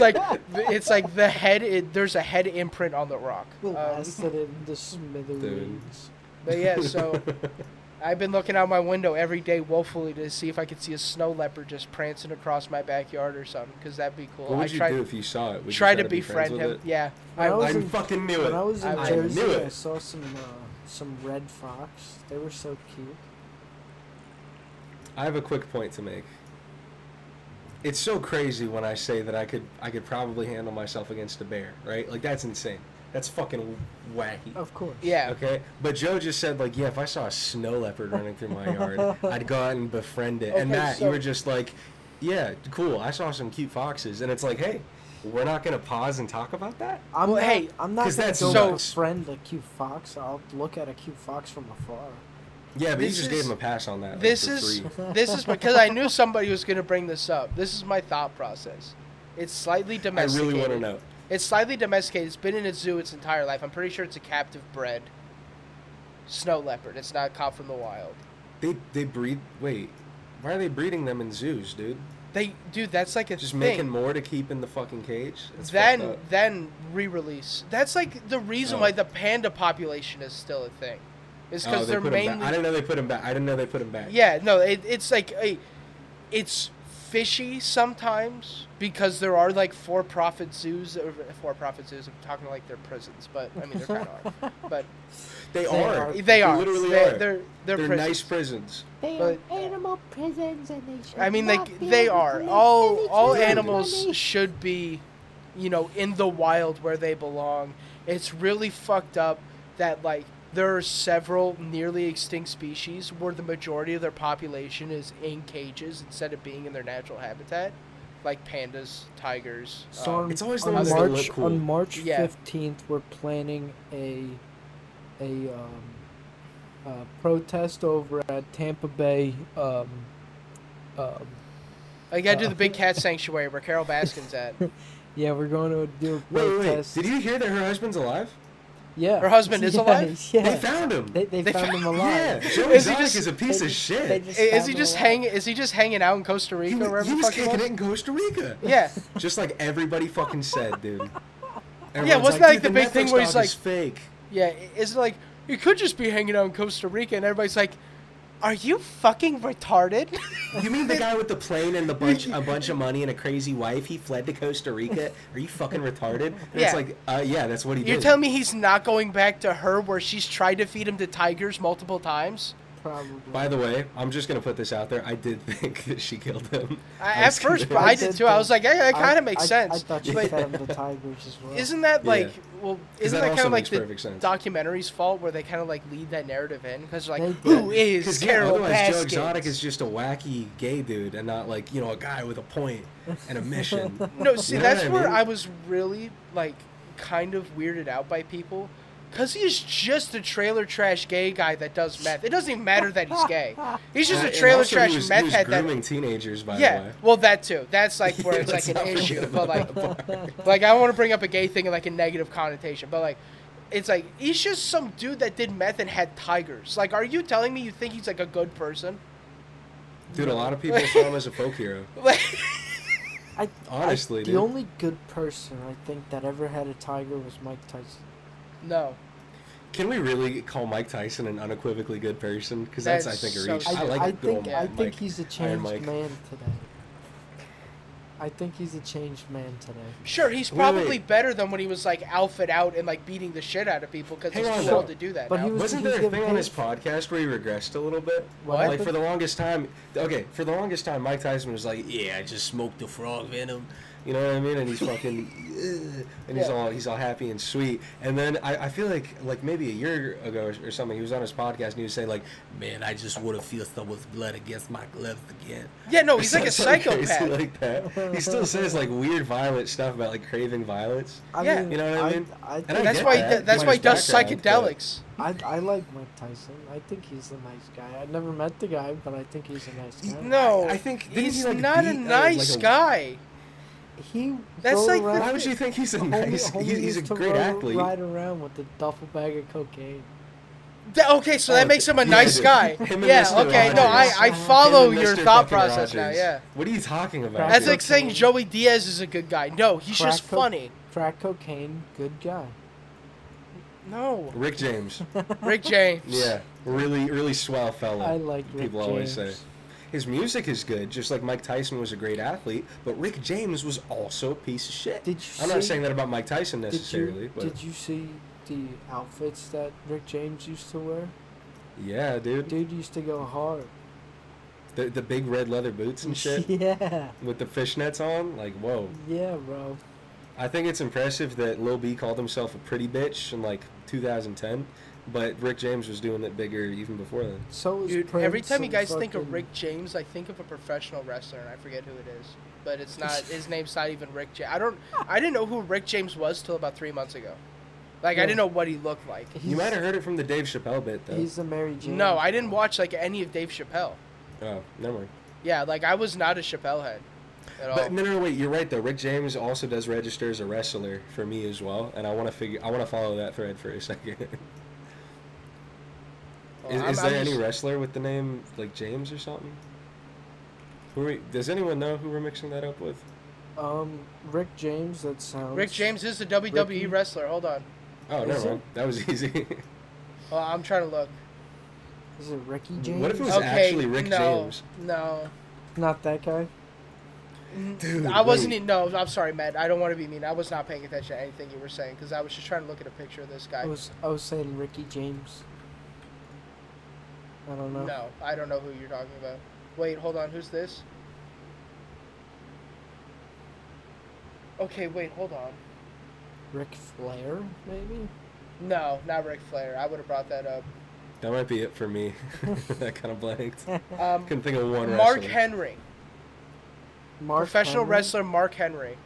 like it's like the head. It, there's a head imprint on the rock. Um, Blasted in the smithereens. but yeah, so I've been looking out my window every day woefully to see if I could see a snow leopard just prancing across my backyard or something, because that'd be cool. what would I you tried, do if you saw it? Would you tried try to befriend friends him. with it? Yeah, I I, was I in- fucking knew When I it. was in I Jersey, knew I it. saw some uh, some red fox. They were so cute. I have a quick point to make. It's so crazy when I say that I could I could probably handle myself against a bear, right? Like that's insane. That's fucking wacky. Of course. yeah. Okay, but Joe just said like, yeah, if I saw a snow leopard running through my yard, I'd go out and befriend it. and Okay, Matt, so- you were just like, yeah, cool. I saw some cute foxes, and it's like, hey, we're not gonna pause and talk about that. I'm Well, not, hey, I'm not 'cause gonna that's go so- befriend a cute fox. I'll look at a cute fox from afar. Yeah, but you This just is- gave him a pass on that. like, This for is free. this is because I knew somebody was gonna bring this up. This is my thought process. It's slightly I really domesticated. want to know. It's slightly domesticated. It's been in a zoo its entire life. I'm pretty sure it's a captive bred snow leopard. It's not caught from the wild. They they breed. Wait, why are they breeding them in zoos, dude? They, dude, that's like a Just thing. making more to keep in the fucking cage. It's fucked then up. then re-release. That's like the reason Oh. why the panda population is still a thing, is oh, because they they're put 'em back. I mainly didn't know they put him back. I didn't know they put him back. yeah no it, it's like a, it's fishy sometimes because there are like for-profit zoos or for-profit zoos. I'm talking like they're prisons, but I mean they're kind of are, but they, They are. are. they are literally they, are. They're they're, They're prisons. nice prisons. They But- are animal prisons, and they should. I mean, not like be they able to are live all in all each other's animals money. should be, you know, in the wild where they belong. It's really fucked up that like there are several nearly extinct species where the majority of their population is in cages instead of being in their natural habitat, like pandas, tigers. um, So on, It's always the on ones that March look cool. on March Yeah. fifteenth, we're planning a a um, uh, protest over at Tampa Bay. Um, um, I gotta do uh, the big cat sanctuary where Carol Baskin's at. yeah, we're going to do a Wait, wait, wait. protest. Did you hear that her husband's alive? Yeah. Her husband is Yeah, alive? Yeah. They found him. They- they found him alive. Yeah, Joey Is he Exotic just- is a piece they of just- shit. they just I- Is found he him just alive. hang? Is he just hanging out in Costa he Rica? or was, wherever he the was fuck he kicking was? it in Costa Rica. Yeah. Just like everybody fucking said, dude. wasn't Everyone's that, like, "Dude, the big Netflix thing where he's dog like- is fake. Yeah, i- it's like you could just be hanging out in Costa Rica, and everybody's like, "Are you fucking retarded?" You mean the guy with the plane and the bunch a bunch of money and a crazy wife? He fled to Costa Rica. Are you fucking retarded? And Yeah. It's like, uh, yeah, that's what he did. You're telling me he's not going back to her, where she's tried to feed him to tigers multiple times. Probably. By the way, I'm just gonna put this out there. I did think that she killed him. I, I at was first, convinced. I did too. I was like, "Yeah, that I- kind of makes I- sense." I thought you but fed him the tigers as well. isn't that Yeah. like, well, isn't that that, kind also of like makes the perfect sense. documentary's fault, where they kind of like lead that narrative in because like, They who did. is Because yeah, Carol otherwise Joe Baskin? Exotic is just a wacky gay dude and not like you know a guy with a point and a mission. No, see, You know that's what I where mean? I was really like kind of weirded out by people, because he's just a trailer trash gay guy that does meth. It doesn't even matter that he's gay. He's just Uh, a and trailer also trash he was, meth he was head that. grooming teenagers by the Yeah, way. well, that too. That's like where it's Let's like not an forget issue, about but like, that part. like I don't want to bring up a gay thing in like a negative connotation, but like, it's like he's just some dude that did meth and had tigers. Like, are you telling me you think he's like a good person? dude, a lot of people saw him as a folk hero. Like, I, Honestly, I, dude. the only good person I think that ever had a tiger was Mike Tyson. no. Can we really call Mike Tyson an unequivocally good person? Because that's, That's I think so a reach. true. I like I a good think old I Mike. think he's a Iron changed Mike. man today. I think he's a changed man today. Sure, he's Wait, probably wait. better than when he was like alphabet out and like beating the shit out of people because Hang it's on, cool though. to do that. But now. he was- Wasn't he's there a getting thing on paid his podcast where he regressed a little bit? What Like happened? for the longest time, okay, for the longest time, Mike Tyson was like, "Yeah, I just smoked the frog venom," you know what I mean? And he's fucking, "Ugh," and he's Yeah. all he's all happy and sweet. And then I, I feel like like maybe a year ago or, or something, he was on his podcast and he was saying like, "Man, I just want to feel someone's blood against my gloves again." yeah, no, he's like a Or something crazy psychopath. Like that, he still says like weird, violent stuff about like craving violence. I Yeah. mean, You know what I mean? I, And I think- that's get why. that. th- that's Like why he his does background, but- psychedelics. I, I like Mike Tyson. I think he's a nice guy. I never met the guy, but I think he's a nice guy. No, I- I think- didn't he's he, like, not a beat, uh, nice like a- guy. He That's rode like the- around, Why would you think he's a homie- nice? homie he's, he's a used to great rode- athlete. Ride around with a duffel bag of cocaine. Th- okay, so Oh, that makes him a yeah, nice dude. guy. Him and yeah. Mr. Okay. No, I Rogers. I Him and follow Him and your Mr. thought fucking process now. Rogers. Yeah. What are you talking about? Crack That's dude? like saying cocaine. Joey Diaz is a good guy. No, he's Crack just coke- funny. Crack cocaine, good guy. No, Rick James. Rick James. Yeah, really, really swell fella. I like Rick people always say. James. His music is good, just like Mike Tyson was a great athlete, but Rick James was also a piece of shit. Did you I'm not see- saying that about Mike Tyson Did necessarily, you, but did you see the outfits that Rick James used to wear? yeah, dude, Dude used to go hard. The, the big red leather boots and shit Yeah. with the fishnets on, like whoa. Yeah, bro. I think it's impressive that Lil B called himself a pretty bitch in like 2010, but Rick James was doing it bigger even before then. So was Dude, Prince every time you and guys think of fucking- Rick James, I think of a professional wrestler, and I forget who it is. But it's not his name's not even Rick James. I don't. I didn't know who Rick James was till about three months ago. Like I Yeah. didn't know what he looked like. He's- you might have heard it from the Dave Chappelle bit though. He's the Mary Jane. No, I didn't watch like any of Dave Chappelle. Oh, never mind. Yeah, like I was not a Chappelle head at all. But no, no, no, wait. You're right though. Rick James also does register as a wrestler for me as well, and I want to figure. I want to follow that thread for a second. Well, is Oh, I'm- is I'm there any just- wrestler with the name like James or something? Who are we, does anyone know who we're mixing that up with? Um, Rick James. That sounds. Rick James is a WWE Ricky? wrestler. Hold on. Oh, Is never it? mind. That was easy. Well, I'm trying to look. Is it Ricky James? what if it was okay, actually Rick no, James? No, not that guy? Dude, I wasn't. wait. e- No, I'm sorry, Matt. I don't want to be mean. I was not paying attention to anything you were saying because I was just trying to look at a picture of this guy. I was I was saying Ricky James. I don't know. No, I don't know who you're talking about. Wait, hold on. Who's this? Okay, wait, hold on. Rick Flair, maybe. No, not Ric Flair. I would have brought that up. That might be it for me. that kind of blanked. Um, Couldn't think of one Mark wrestler. Henry, Mark professional Henry? wrestler Mark Henry.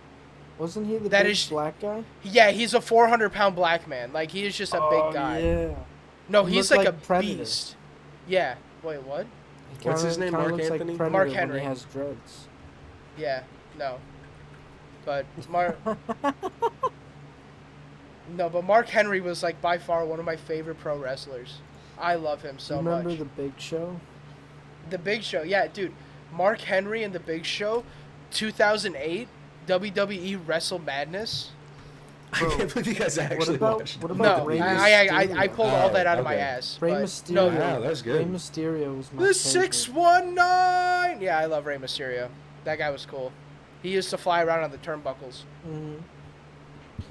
Wasn't he the That big is- black guy? Yeah, he's a 400 pound black man. Like he is just a Oh, big guy. Yeah. No, He he's looked like, like a Predator. beast. Yeah. Wait, what? He What's his kinda- name, kinda Mark looks like Anthony? Predator Mark when Henry. He has dreads. Yeah. No. But Mark. No, but Mark Henry was like by far one of my favorite pro wrestlers. I love him so you remember much. the Big Show? The Big Show, yeah, dude. Mark Henry and The Big Show, 2008 WWE E Wrestle Madness. I can't believe you guys actually about- watched. what it. about No, Rey I, I, I, I Mysterio? pulled all that out of my Okay. ass. Rey but- Mysterio. No, Wow, that's Rey good. Mysterio was my favorite. the six one nine. Yeah, I love Rey Mysterio. That guy was cool. He used to fly around on the turnbuckles. Mhm. Mm-hmm.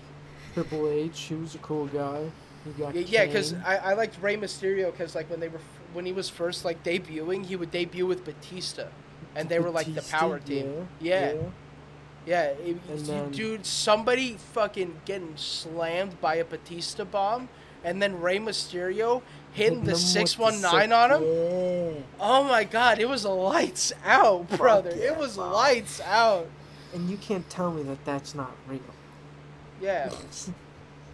Triple H, he was a cool guy. He got Y- Yeah, because Kane. I, I liked Rey Mysterio because like when they were f- when he was first like debuting, he would debut with Batista, and they were like the Batista, power team. Yeah, yeah. it- And you- then- dude, somebody fucking getting slammed by a Batista bomb, and then Rey Mysterio hitting Hitting him the with six one nine on him. Yeah. Oh my god, it was lights out, brother. yeah, it was Bob. lights out. And you can't tell me that that's not real. Yeah. Dude,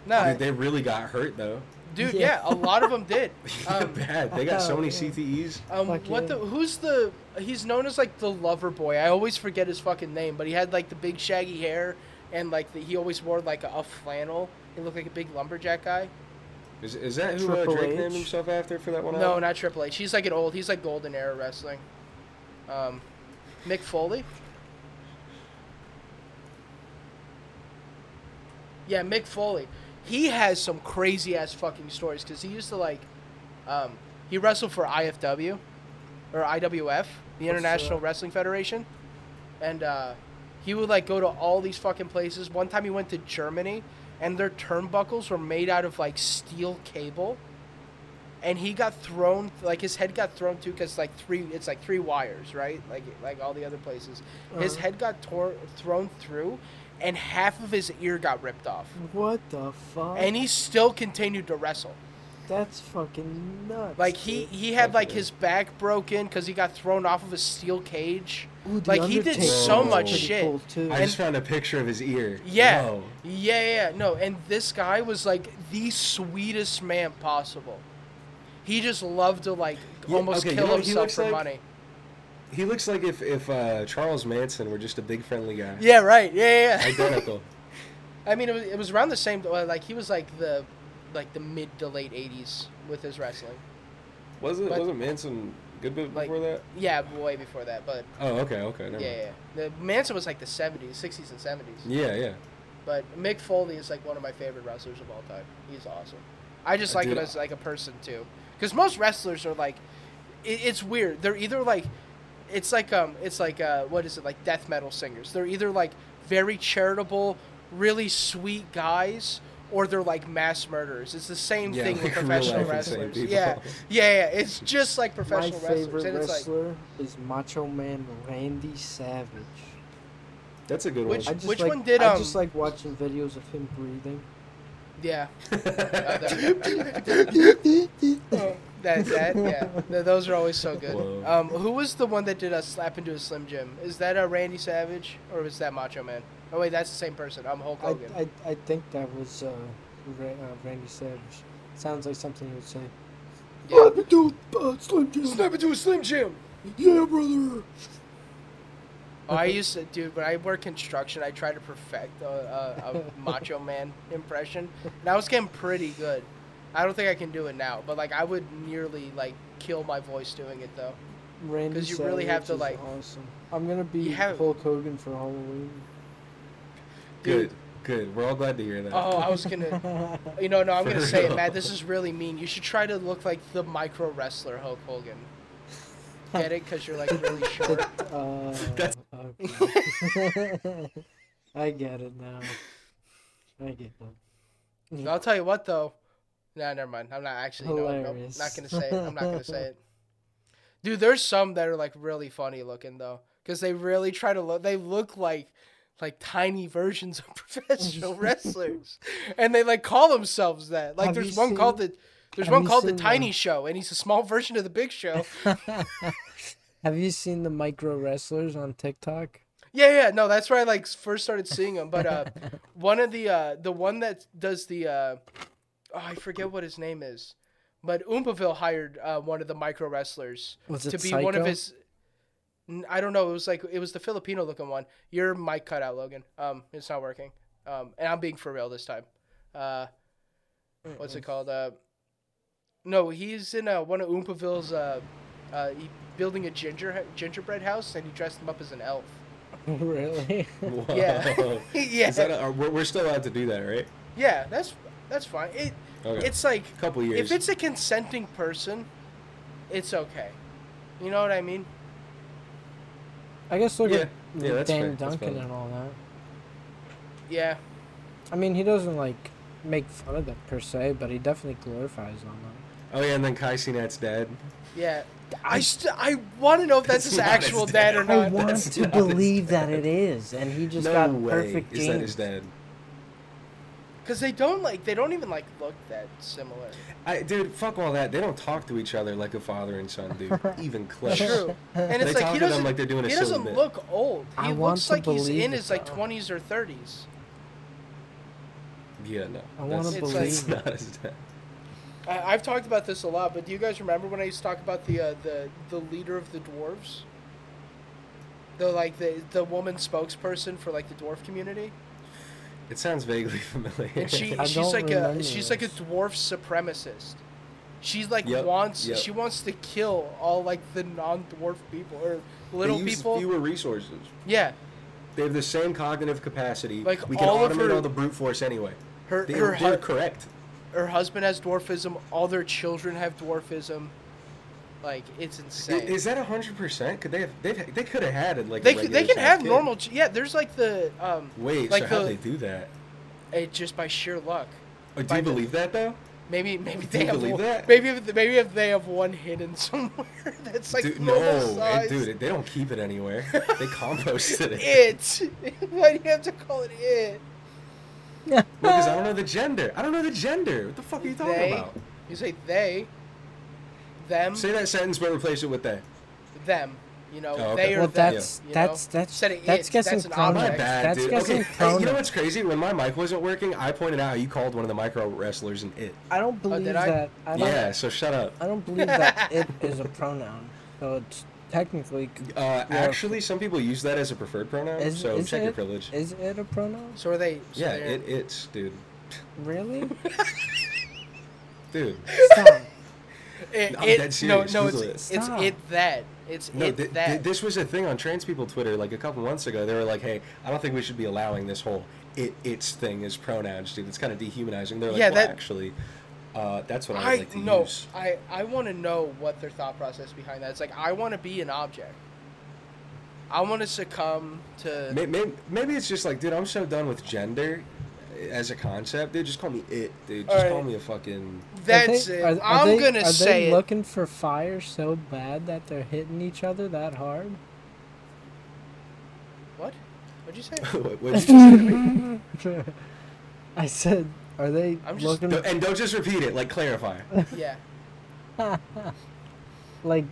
No, they really got hurt though. dude. Yeah. Yeah, a lot of them did. Um, Bad. They got so many Oh, yeah. CTEs. Um, Fuck what yeah. the? Who's the? He's known as like the lover boy. I always forget his fucking name, but he had like the big shaggy hair and like the, he always wore like a, a flannel. He looked like a big lumberjack guy. Is, is that who uh, Triple Drake H? named himself after for that one? No, album? not Triple H. He's like an old. He's like golden era wrestling. Um, Mick Foley. Yeah, Mick Foley. He has some crazy ass fucking stories because he used to like, um, he wrestled for IFW, or IWF, uh, the International that? Wrestling Federation, and uh, he would like go to all these fucking places. One time he went to Germany, and their turnbuckles were made out of like steel cable and he got thrown like his head got thrown too because like three it's like three wires right like like all the other places his Uh-huh. head got tor- thrown through and half of his ear got ripped off What the fuck? and he still continued to wrestle that's fucking nuts. like he dude. he had like Definitely. his back broken because he got thrown off of a steel cage Ooh, The like, he did Undertaker so was much pretty shit. Cool too. I just found a picture of his ear. Yeah. Whoa. Yeah, yeah, yeah, no. And this guy was like the sweetest man possible. He just loved to like Yeah, almost okay, you kill know what he himself looks for like? money. He looks like if if uh, Charles Manson were just a big friendly guy. Yeah, right. Yeah, yeah. yeah. Identical. I mean, it was, it was around the same. uh, Like he was like the, like the mid to late '80s with his wrestling. wasn't But- wasn't Manson a good bit Like- before that? Yeah, way before that, but Oh, okay, okay. Never yeah, mind. yeah. The Manson was like the '70s, '60s, and '70s. Yeah, yeah. But Mick Foley is like one of my favorite wrestlers of all time. He's awesome. I just Uh, like him dude, as like a person too, because most wrestlers are like, it, it's weird. They're either like, it's like um, it's like uh, what is it like death metal singers? They're either like very charitable, really sweet guys, or they're like mass murderers. It's the same Yeah, thing with like real professional life insane wrestlers. people. Yeah, yeah, yeah. It's just like My professional wrestlers, favorite and it's like. wrestler is Macho Man Randy Savage. That's a good Which- I one. just Which like, one did, I um, just like watching videos of him breathing. Yeah, Oh, That that that yeah. Th- Those are always so good. Whoa. Um, who was the one that did a slap into a Slim Jim? Is that a Randy Savage or was that Macho Man? Oh wait, that's the same person. I'm Hulk I, Hogan. I, I think that was uh, Ra- uh, Randy Savage. Sounds like something he would say. Yeah. into uh, Slim Jim. Snap into a Slim Jim. Yeah, brother. Oh, I used to, dude. When I worked construction, I tried to perfect a, a, a Macho Man impression, and I was getting pretty good. I don't think I can do it now, but like I would nearly like kill my voice doing it though. Randy 'Cause you really Savage have to, is like- Awesome. I'm gonna be You have- Hulk Hogan for Halloween. good, good. We're all glad to hear that. Oh, I was gonna. You know, no, I'm gonna say it, Matt. This is really mean. You should try to look like the micro wrestler Hulk Hogan. Get it? Cause you're like really short. Uh, That's- okay. I get it now. I get it. I'll tell you what though. Nah, never mind. I'm not actually. No, nope, Hilarious. not gonna say it. I'm not gonna say it. Dude, there's some that are like really funny looking though, cause they really try to look. They look like like tiny versions of professional wrestlers, and they like call themselves that. Like Have there's you one called seen- the. There's have one you called the seen the- Tiny Show, and he's a small version of the Big Show. Have you seen the micro wrestlers on TikTok? Yeah, yeah, no, that's where I like first started seeing him. But uh, one of the uh, the one that does the uh, oh, I forget what his name is, but Oompaville hired uh, one of the micro wrestlers Was it to be one of Psycho? his. N- I don't know. It was like it was the Filipino looking one. Your mic cut out, Logan. Um, it's not working. Um, and I'm being for real this time. Uh, what's it called? Uh, no, he's in uh, one of Oompaville's. Uh, uh, he, building a ginger gingerbread house, and he dressed him up as an elf. really? Whoa. Yeah. yeah, Is that a, are- we're, we're still allowed to do that, right? yeah. That's that's fine. It Okay. it's like a couple years. if it's a consenting person, it's okay. You know what I mean? I guess look Yeah. at Yeah, that's fair. Dan That's Duncan valid. and all that. Yeah. I mean, he doesn't like make fun of them per se, but he definitely glorifies on them. oh yeah, and then Kai Sinat's dad. Yeah, I st- I want to know if That's that's his not actual his dad dad. or I not. want that's to not his believe that dad. it is, and he just no got way perfect is that his genes. dad. Because they don't like they don't even like look that similar. I, dude, fuck all that. They don't talk to each other like a father and son, dude. Even close. True, and They it's like talk he to them doesn't like they're doing a he silly doesn't bit. look old. He I want looks to like he's believe in it, his like though. twenties or thirties. Yeah, no. I wanna that's- believe that's it. not his dad. I- I've talked about this a lot, but do you guys remember when I used to talk about the uh, the the leader of the dwarves? The like the the woman spokesperson for like the dwarf community, It sounds vaguely familiar. and she I she's don't like a remember she's like a this. dwarf supremacist. She's like Yep, wants yep. she wants to kill all like the non-dwarf people or little they use people. fewer resources. Yeah, They have the same cognitive capacity. Like, we can all of automate her- all the brute force anyway. her They, her are hu- correct. her husband has dwarfism. All their children have dwarfism. Like it's I- insane. Is that hundred percent? Could they have? They've, they could have had it like. a they, c- they regular can size have kid. normal. ch- Yeah, there's like the um. Wait, like so how the- they do that? It just by sheer luck. Oh, do by you the- believe that though? Maybe maybe Do they you have believe one, that? maybe if- maybe if they have one hidden somewhere that's like dude, normal no, eh, size. dude, they don't keep it anywhere. They compost it. It. Why do you have to call it it? because I don't know the gender. I don't know the gender. What the fuck are you talking They. about? You say they. Them. Say that sentence, but replace it with that. Them. You know Oh, okay. they or Well, them. that's you know? that's that's Instead of that's it, guessing that's an pronouns. My object. bad, That's dude. guessing Okay, hey, you know pronouns. what's crazy? When my mic wasn't working, I pointed out how you called one of the micro wrestlers an it. I don't believe Oh, did I? that. I don't, yeah, so shut up. Uh, I don't believe that it is a pronoun. So it's technically. Uh, Actually, some people use that as a preferred pronoun, Is, so is check it, your privilege. Is it a pronoun? So are they? So yeah, they're- it, it's, dude. Really? Dude. Stop. It, I'm Eh, it- dead no, serious. no, it's Google it's it. Stop. it that it's No, it th- that. th- this was a thing on trans people Twitter like a couple months ago. They were like, hey, I don't think we should be allowing this whole it, its thing as pronouns, dude. It's kind of dehumanizing. They're like, Yeah, well, that- actually, uh, that's what I, would I like to no, use. I I want to know what their thought process behind that. It's like I want to be an object. I want to succumb to. May- may- Maybe it's just like, dude, I'm so done with gender as a concept, dude. Just call me it, dude. Just Alright. call me a fucking. That's Are they- it. are- are I'm they- gonna are say they it. looking for fire so bad that they're hitting each other that hard? what? What'd you say? What- what did you say? I said, are they I'm just- looking Don't- and don't just repeat it. Like clarify. yeah. like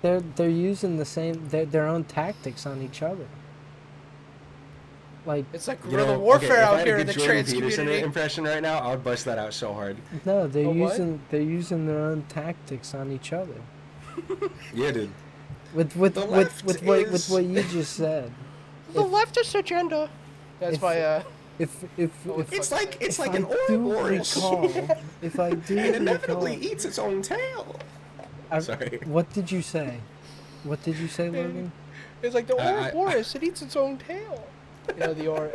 they're they're using the same their their own tactics on each other? Like It's like You guerrilla know, warfare okay, if I out had a here in good the Jordan trans Peterson community. impression right now, I would bust that out so hard. no, they're A what? using they're using their own tactics on each other. Yeah, dude. With with The with, left with what with is- what you just said. the leftist agenda. That's If- my uh. If if Oh, if, fuck. It's like it's if like I an do Ouroboros. recall, if I do it recall, inevitably eats its own tail. I- Sorry. What did you say? What did you say, Logan? It's like the I- I- Ouroboros. It eats its own tail. You know the or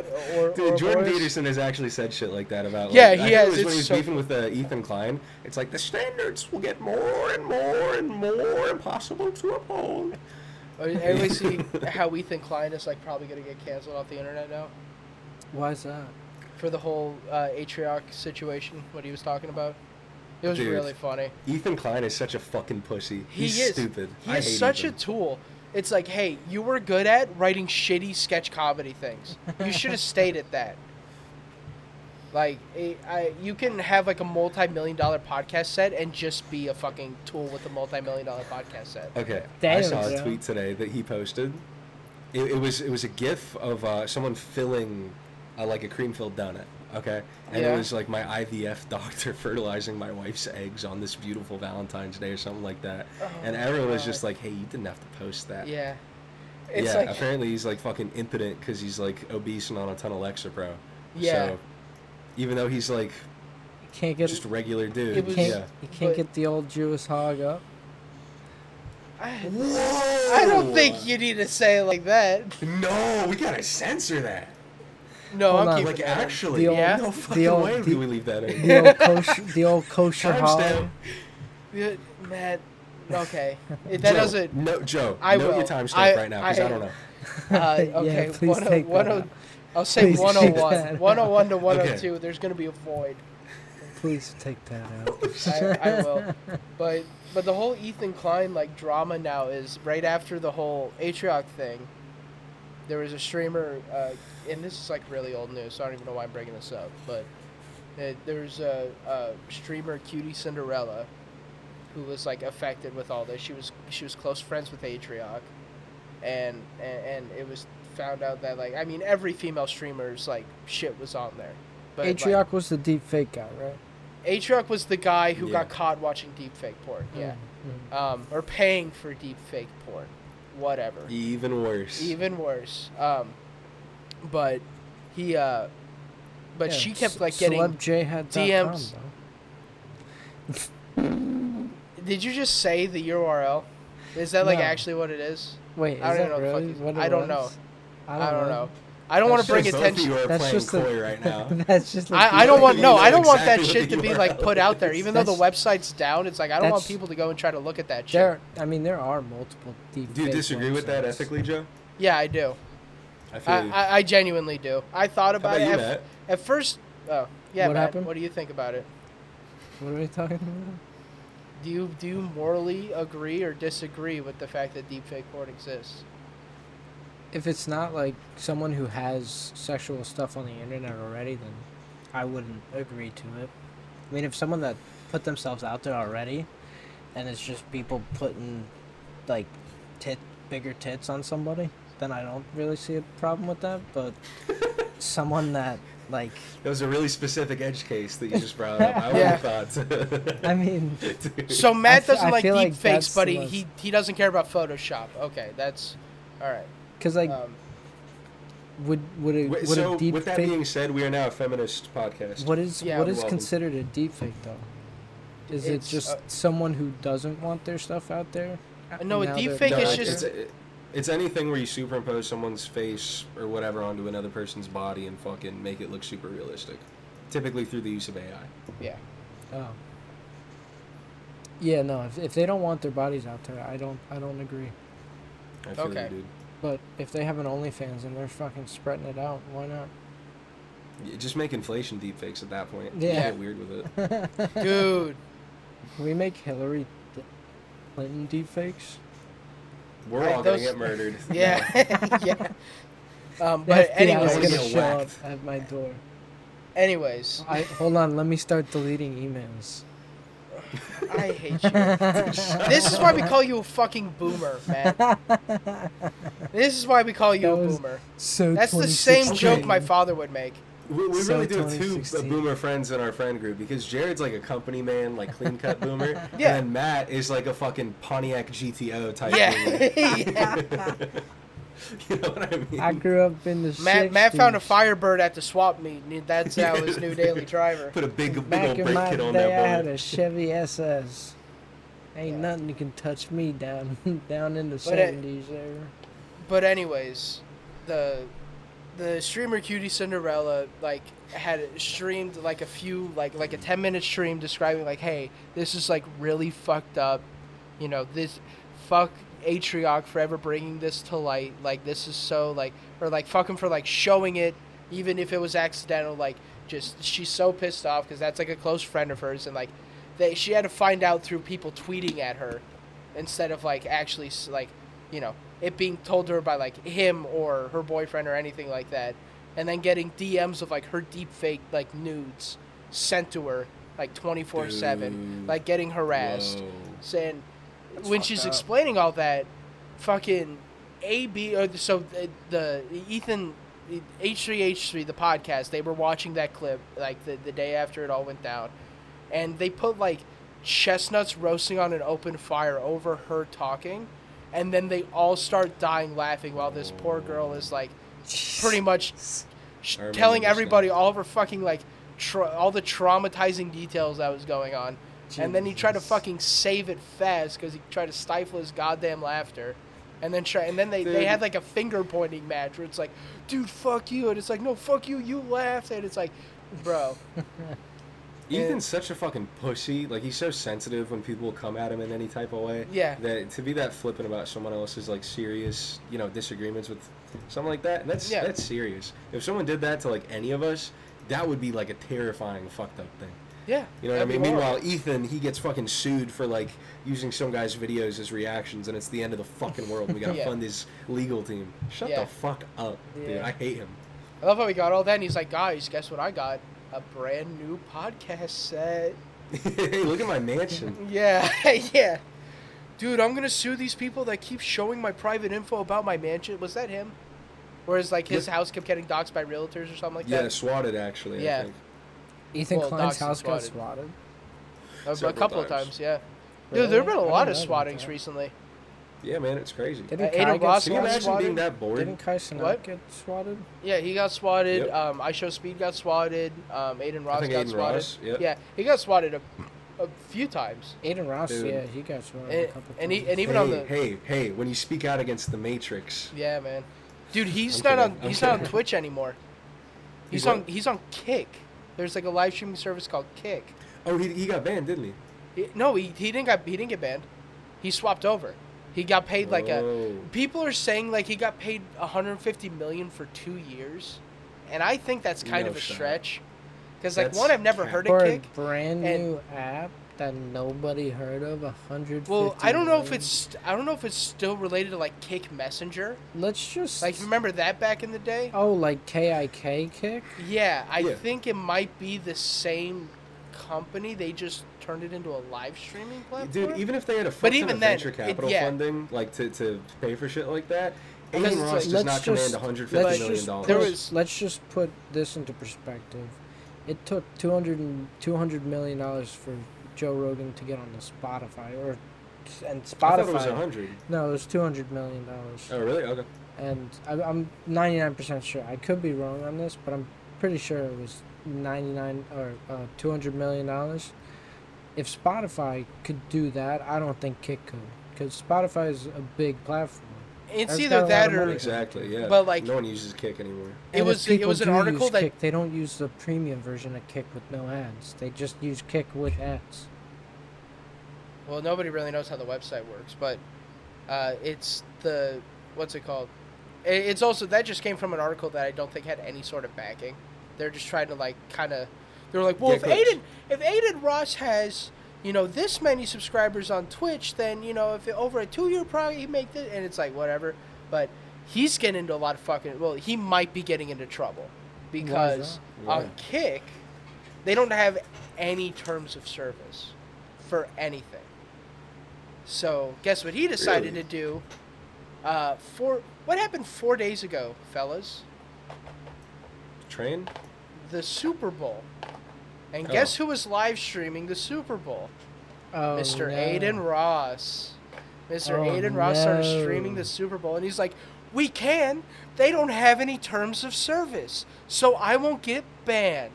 or. Dude, Jordan Ouroboros? Peterson has actually said shit like that about. Like, Yeah, I he think it has, was it's when he was so beefing with uh, Ethan Klein, it's like the standards will get more and more and more impossible to uphold. Uh, Everybody see how Ethan Klein is like probably gonna get canceled off the internet now Why is that? for the whole uh, Atrioc situation. What he was talking about. It was Dude. really funny. Ethan Klein is such a fucking pussy. He He's is stupid. He I is hate such Ethan. a tool. It's like, hey, you were good at writing shitty sketch comedy things. You should have stayed at that. Like, I, I, you can have like a multi-million dollar podcast set and just be a fucking tool with a multi-million dollar podcast set. Okay, I Damn, saw a bro. tweet today that he posted. It, it was it was a GIF of uh, someone filling uh, like a cream-filled donut. Okay, and Yeah. it was like my IVF doctor fertilizing my wife's eggs on this beautiful Valentine's Day or something like that. and Oh, everyone was God. just like, "Hey, you didn't have to post that." Yeah. It's yeah. like, apparently, he's like fucking impotent because he's like obese and on a ton of Lexapro. Yeah. So, even though he's like Can't get just a regular dude. it was- can't, yeah. you can't but- get the old Jewish hog up. I, I don't think you need to say it like that. No, we gotta censor that. No, Hold I'm on. keeping Like that in. actually, The old- Yeah. no the fucking old- way the- do we leave that in. The old kosher, the old kosher hog. Timestamp. Yeah, Matt. Okay, It- that Joe, doesn't. No, Joe. I note will. your timestamp I- right now because I, I- don't know. Uh, Yeah, okay, please one oh take one that oh out. I'll say Please one oh take one. that One oh one to out. one oh two. There's gonna be a void. Please take that out. I, I will. But but the whole Ethan Klein like drama now is right after the whole Atrioc thing. There was a streamer, uh, and this is like really old news, so I don't even know why I'm bringing this up. But uh, there was a, a streamer, Cutie Cinderella, who was like affected with all this. She was she was close friends with Atrioc, and and, and it was found out that like I mean every female streamer's like shit was on there. But like, Atrioc was the deep fake guy, right? Atrioc was the guy who Yeah. got caught watching deepfake porn. Hmm. Yeah. Um, or paying for deepfake porn. Whatever. Even worse. Even worse. Um, but he, uh, but she kept like getting. Celeb J had DMs. Did you just say the URL? Is that like No. actually what it is? Wait, is I don't that know the fuck really is- what it I was? don't know. I I don't, don't, know. I don't want to Sure, bring both of attention. You are That's playing just a- coy right now. That's just. like I, I don't want no. You I know don't want that exactly shit to what be the like put URL out there, even though the website's down. It's like I don't want that's- people to go and try to look at that shit. There, I mean, there are multiple deep. Do you fake disagree with that websites. ethically, Joe? Yeah, I do. I feel I, you. I, I genuinely do. I thought How about, about you, it at, Matt? at first. Oh, yeah, What Matt. happened? What do you think about it? What are we talking about? Do you do you morally agree or disagree with the fact that deepfake porn exists? If it's not like someone who has sexual stuff on the internet already, then I wouldn't agree to it. I mean, if someone that put themselves out there already, and it's just people putting like tit bigger tits on somebody, then I don't really see a problem with that. But someone that like, That was a really specific edge case that you just brought up. I Yeah. would have thought. I mean. Dude. So Matt f- doesn't I like feel like deepfakes, that's but the he, most- he he doesn't care about Photoshop. Okay, that's all right. Cause like, um, would would a Wait, would so a deep with that fake? being said, we are now a feminist podcast. what is Yeah, what you're is welcome. considered a deep fake though? Is it It's, just uh, someone who doesn't want their stuff out there? no, a Now deep they're- fake I think is it- just- it's, it's anything where you superimpose someone's face or whatever onto another person's body and fucking make it look super realistic. Typically through the use of AI. yeah. Oh. Yeah, no. If, if they don't want their bodies out there, I don't I don't agree. I feel Okay. you, dude. But if they have an OnlyFans and they're fucking spreading it out, why not? Yeah, just make inflation deepfakes at that point. Yeah. Get weird with it. Dude, Can we make Hillary Th- Clinton deepfakes? We're Right, all gonna those- get murdered. yeah, yeah. Um, The but FBI anyways, is Everyone's gonna gonna show get up at my door. anyways, I hold on. Let me start deleting emails. I hate you. this is why we call you a fucking boomer, Matt. This is why we call you That a was- boomer. So That's the same 2016. joke my father would make. We, we So really do have two 2016. boomer friends in our friend group because Jared's like a company man, like clean cut boomer, Yeah. and then Matt is like a fucking Pontiac GTO type. Yeah. boomer. Yeah. you know what I mean? I grew up in the Matt, Matt found a 60s. Firebird at the swap meet, and that's now his new daily driver. Put a big, big Back old in brake my kit on day, I that had boy. a Chevy SS. Ain't Yeah. nothing you can touch me down down in the But it- seventies there. But anyways, the the streamer Cutie Cinderella like had streamed like a few like like a ten minute stream describing like, hey, this is like really fucked up, you know this fuck Atrioc forever bringing this to light. Like this is so like or like fuck him for like showing it, even if it was accidental. Like just she's so pissed off because that's like a close friend of hers and like they she had to find out through people tweeting at her instead of like actually s- like you know it being told to her by like him or her boyfriend or anything like that and then getting dms of like her deep fake like nudes sent to her like 24-7 Dude. like getting harassed Whoa. saying when fucked she's up. explaining all that fucking ab or the- so the, the ethan h3h3 the podcast they were watching that clip like the, the day after it all went down and they put like chestnuts roasting on an open fire over her talking and then they all start dying laughing while this poor girl is like pretty much sh- I remember telling this now. everybody all of her fucking like tra- all the traumatizing details that was going on. And then he tried to Jesus. fucking save it fast because he tried to stifle his goddamn laughter. And then try, and then they, they Dude. had like a finger pointing match where it's like, dude, fuck you, and it's like, no, fuck you, you laughed, and it's like, bro, Ethan's such a fucking pussy. Like he's so sensitive when people come at him in any type of way. Yeah. That to be that flippant about someone else's like serious, you know, disagreements with something like that. That's Yeah. that's serious. If someone did that to like any of us, that would be like a terrifying fucked up thing. yeah. You know what I that'd be mean? horrible. Meanwhile, Ethan, he gets fucking sued for like using some guy's videos as reactions, and it's the end of the fucking world. We gotta Yeah. fund his legal team. Shut Yeah. the fuck up, dude. Yeah. I hate him. I love how we got all that, and he's like, guys, guess what I got? A brand new podcast set. hey, look at my mansion. Yeah, yeah. Dude, I'm gonna sue these people that keep showing my private info about my mansion. Was that him? Whereas like his Yeah. house kept getting doxxed by realtors or something like yeah, that. swatted actually. Yeah. I think. Ethan Well, Klein's doxed and house got swatted. swatted. A- A, several couple of times. times, yeah. Really? Dude, there've been I a didn't lot know of about swottings that. recently. Yeah, man, it's crazy. Didn't Uh, Kai Ada get Ross Can you swatted? imagine swatted? being that bored? Didn't Kai Cenat What? get swatted? Yeah, he got swatted. Yep. Um, I Show Speed got swatted. Um, Aiden I Ross think got Aiden swatted. Ross. Yeah. Yeah, he got swatted a, a few times. Aiden Ross, Dude. yeah, he got swatted a And, couple and, he, times. and even hey, on the hey, hey! When you speak out against the Matrix, yeah, man, dude, he's I'm not kidding, on I'm he's not on kidding. Twitch anymore. He's, He's on what? he's on Kick. There's like a live streaming service called Kick. oh, he, he got banned, didn't he? He- no, he, he didn't got he didn't get banned. He swapped over. He got paid like a. oh. People are saying like he got paid 150 million for two years, and I think that's kind No of a shot. stretch. Because like That's one, I've never cap. heard of For Kick. a brand and- new app that nobody heard of, a hundred. Well, I don't know if it's I don't know if it's still related to like Kick Messenger. Let's just Like remember that back in the day? Oh, like KIK kick? Yeah, I Yeah. think it might be the same company. They just turned it into a live streaming platform. Dude, even if they had a fuck ton even of then, venture it- capital yeah. funding, like to, to pay for shit like that, Aiden Because it's Ross like- does Let's not just- command 150 Let's million just, dollars. There put- was- let's just put this into perspective. It took 200, and- 200 million dollars for Joe Rogan to get on the Spotify or and I thought it was Spotify. 100. no, it was two hundred million dollars, Oh, really? Okay. and I, I'm ninety nine percent sure. I could be wrong on this, but I'm pretty sure it was ninety nine or uh, two hundred million dollars. If Spotify could do that, I don't think Kick could, because Spotify is a big platform. it's that's either got a lot that of or money. Exactly. Yeah. But, like- no one uses Kick anymore. it And if was it people was an do article use that Kick, they don't use the premium version of Kick with no ads. They just use Kick with ads. well nobody really knows how the website works, but uh, it's the what's it called? I- It's also that just came from an article that I don't think had any sort of backing. They're just trying to like kind of they're like, well, Get if clicks. Aiden if Aiden Ross has you know this many subscribers on Twitch, then you know if it, over a two year probably he make this and it's like whatever, but he's getting into a lot of fucking well he might be getting into trouble because that? on Why? Kick they don't have any terms of service for anything. So guess what he decided Really? to do? Uh, four. What happened four days ago, fellas? Train? The Super Bowl. And Oh. guess who was live streaming the Super Bowl? Oh, Mr. no. Aiden Ross. Mr. Oh, Aiden Ross started streaming no. the Super Bowl, and he's like, "We can. They don't have any terms of service, so I won't get banned."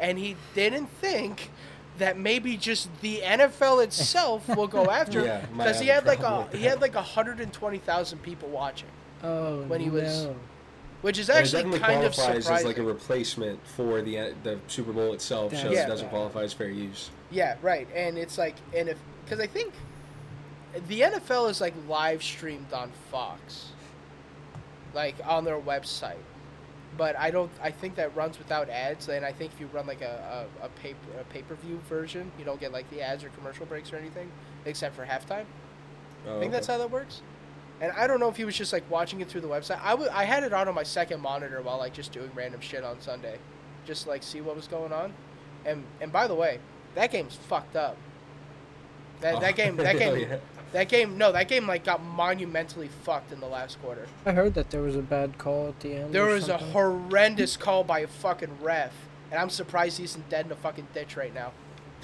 And he didn't think that maybe just the NFL itself will go after him Yeah, might because he have had a like a problem with he that. had like hundred and twenty thousand people watching, Oh, when he was- no. which is And actually it definitely kind of qualifies as surprising. like a replacement for the uh, the Super Bowl itself, so That's it doesn't bad. qualify as fair use. Yeah, right. And it's like, and if because I think the NFL is like live streamed on Fox, like on their website. But I don't. I think that runs without ads. And I think if you run like a a, a pay a pay per view version, you don't get like the ads or commercial breaks or anything, except for halftime. Oh, I think that's okay. how that works. And I don't know if he was just like watching it through the website. I wa- I had it on on my second monitor while like just doing random shit on Sunday, just to, like see what was going on. And and by the way, that game's fucked up. That, Oh, that game that Hell game yeah. that game no that game like got monumentally fucked in the last quarter. I heard that there was a bad call at the end. There or was a something. horrendous call by a fucking ref, and I'm surprised he isn't dead in a fucking ditch right now.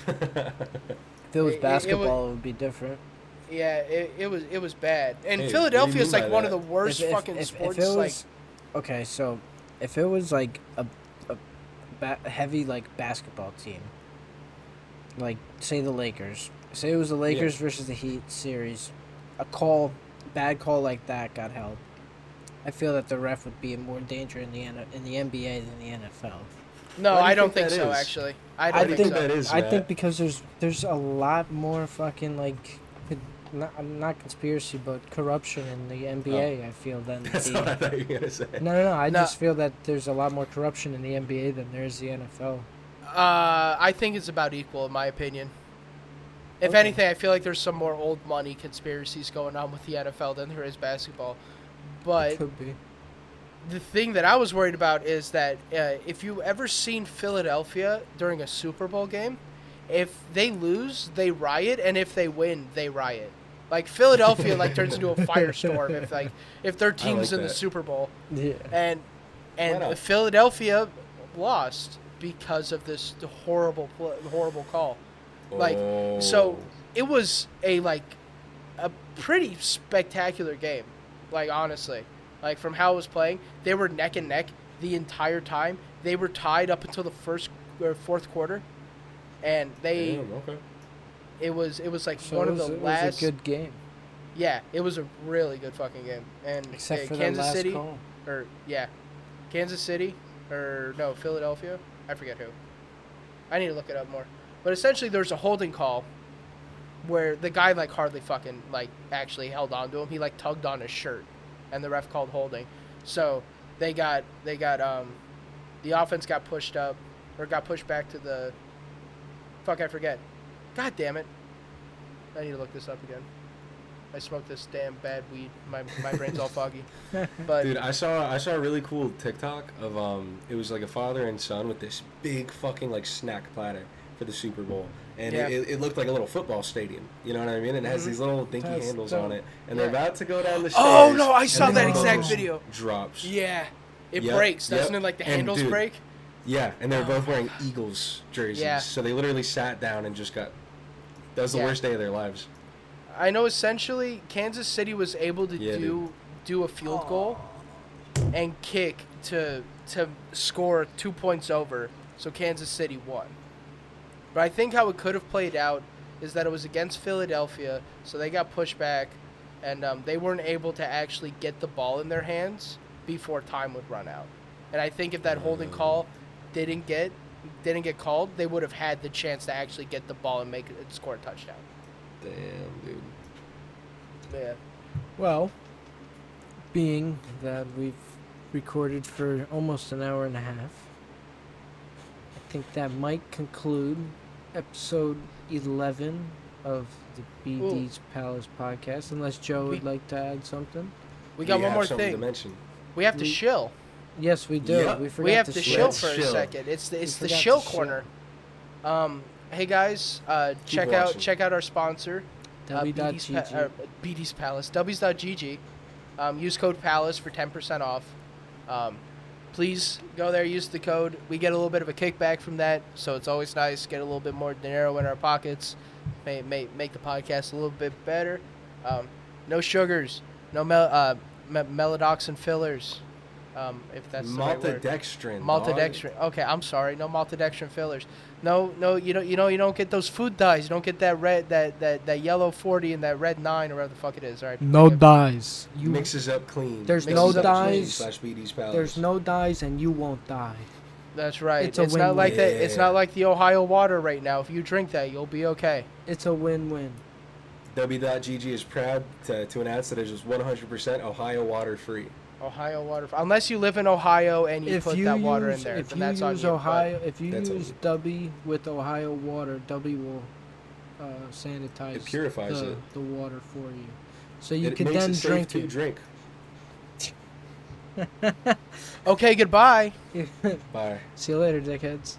If it was it- it was- basketball, it, would be different. Yeah, it, it was it was bad. And Hey, what do you Philadelphia is mean like by one of that? the worst if, if- fucking if- if sports it like was, okay, so if it was like a, a ba- heavy like basketball team, like say the Lakers, say it was the Lakers versus the Heat series, a call, bad call like that got held. I feel that the ref would be in more danger in the N- in the NBA than the NFL. No, Why do you I don't think think, that so. is? Actually, I don't I do you think, think so. that is. I Matt? think because there's there's a lot more fucking like, con- not not conspiracy but corruption in the NBA. I feel than Oh. that's the, what I thought you were gonna say. No, no, no. I No. just feel that there's a lot more corruption in the NBA than there is the NFL. Uh, I think it's about equal, in my opinion. If Okay. anything, I feel like there's some more old money conspiracies going on with the NFL than there is basketball. But Could be. the thing that I was worried about is that uh, if you ever seen Philadelphia during a Super Bowl game, if they lose, they riot, and if they win, they riot. Like Philadelphia, like turns into a firestorm if like if their team's in the that. Super Bowl, Yeah. and Why not? and Philadelphia lost because of this horrible pl- horrible call. Like, Oh. so- It was a like a pretty spectacular game. Like honestly, like from how it was playing, they were neck and neck the entire time. They were tied up until the first or fourth quarter, and they Oh. Damn, okay. it was it was like So one it of was, the it was last. a good game, yeah, it was a really good fucking game. And except uh, for Kansas that last City call. or yeah, Kansas City or no Philadelphia. I forget who. I need to look it up more. But essentially, there's a holding call where the guy like hardly fucking like actually held on to him. He like tugged on his shirt, and the ref called holding. So they got they got um the offense got pushed up or got pushed back to the fuck I forget. God damn it! I need to look this up again. I smoked this damn bad weed. My my brain's all foggy. But Dude, I saw I saw a really cool TikTok of um it was like a father and son with this big fucking like snack platter for the Super Bowl. And Yeah. it, it, it looked like a little football stadium. You know what I mean? And it has Mhm. these little dinky That's handles dope. on it. And Yeah. they're about to go down the stairs. Oh, no, I and saw then that the exact ball just video. Drops. Yeah. It Yep, breaks, doesn't yep. it? Like the And handles dude, break. Yeah, and they're Oh both my wearing God. Eagles jerseys. Yeah. So they literally sat down and just got that was the Yeah. worst day of their lives. I know essentially Kansas City was able to Yeah, do do a field goal and kick to to score two points over, so Kansas City won. But I think how it could have played out is that it was against Philadelphia, so they got pushed back, and um, they weren't able to actually get the ball in their hands before time would run out. And I think if that holding Mm. call didn't get didn't get called, they would have had the chance to actually get the ball and make it score a touchdown. Damn, dude. Yeah. Well, being that we've recorded for almost an hour and a half, I think that might conclude episode 11 of the Ooh. BD's Palace podcast. Unless Joe would We- like to add something. We got one have more something thing. to mention. We have to We- shill. Yes, we do. Yeah. We forgot We have to, to shill. shill Let's for a shill. second. It's the, it's We the forgot shill to shill. corner. Um, hey guys, uh, check out watching. check out our sponsor, uh, BD's, W.GG. pa- uh, BD's Palace, W's.gg. Um, use code Palace for ten percent off. Um, please go there. Use the code. We get a little bit of a kickback from that, so it's always nice. Get a little bit more dinero in our pockets. May, may make the podcast a little bit better. Um, no sugars. No mel- uh, me- meladoxin fillers. Um, if that's the right word. Maltodextrin. dog. Maltodextrin. Okay, I'm sorry. No maltodextrin fillers. No, no, you don't. You know, you don't get those food dyes. You don't get that red, that that that yellow forty and that red nine or whatever the fuck it is. All right. No forgive me. dyes. You mixes up clean. There's Mixes no up clean dyes. Slash BD's Palace. There's no dyes and you won't die. That's right. It's It's, a not like that. It's win-win. not like the Ohio water right now. If you drink that, you'll be okay. It's a win-win. W.GG is proud to, to announce that it is 100% Ohio water free. Ohio water, unless you live in Ohio and you if put you that water use, in there, if then you that's on use you. but- Ohio, if you That's on use you. W with Ohio water, W will uh, sanitize It purifies the, it. the water for you, so you it can makes then it drink safe to it. drink. Okay, goodbye. Bye. See you later, dickheads.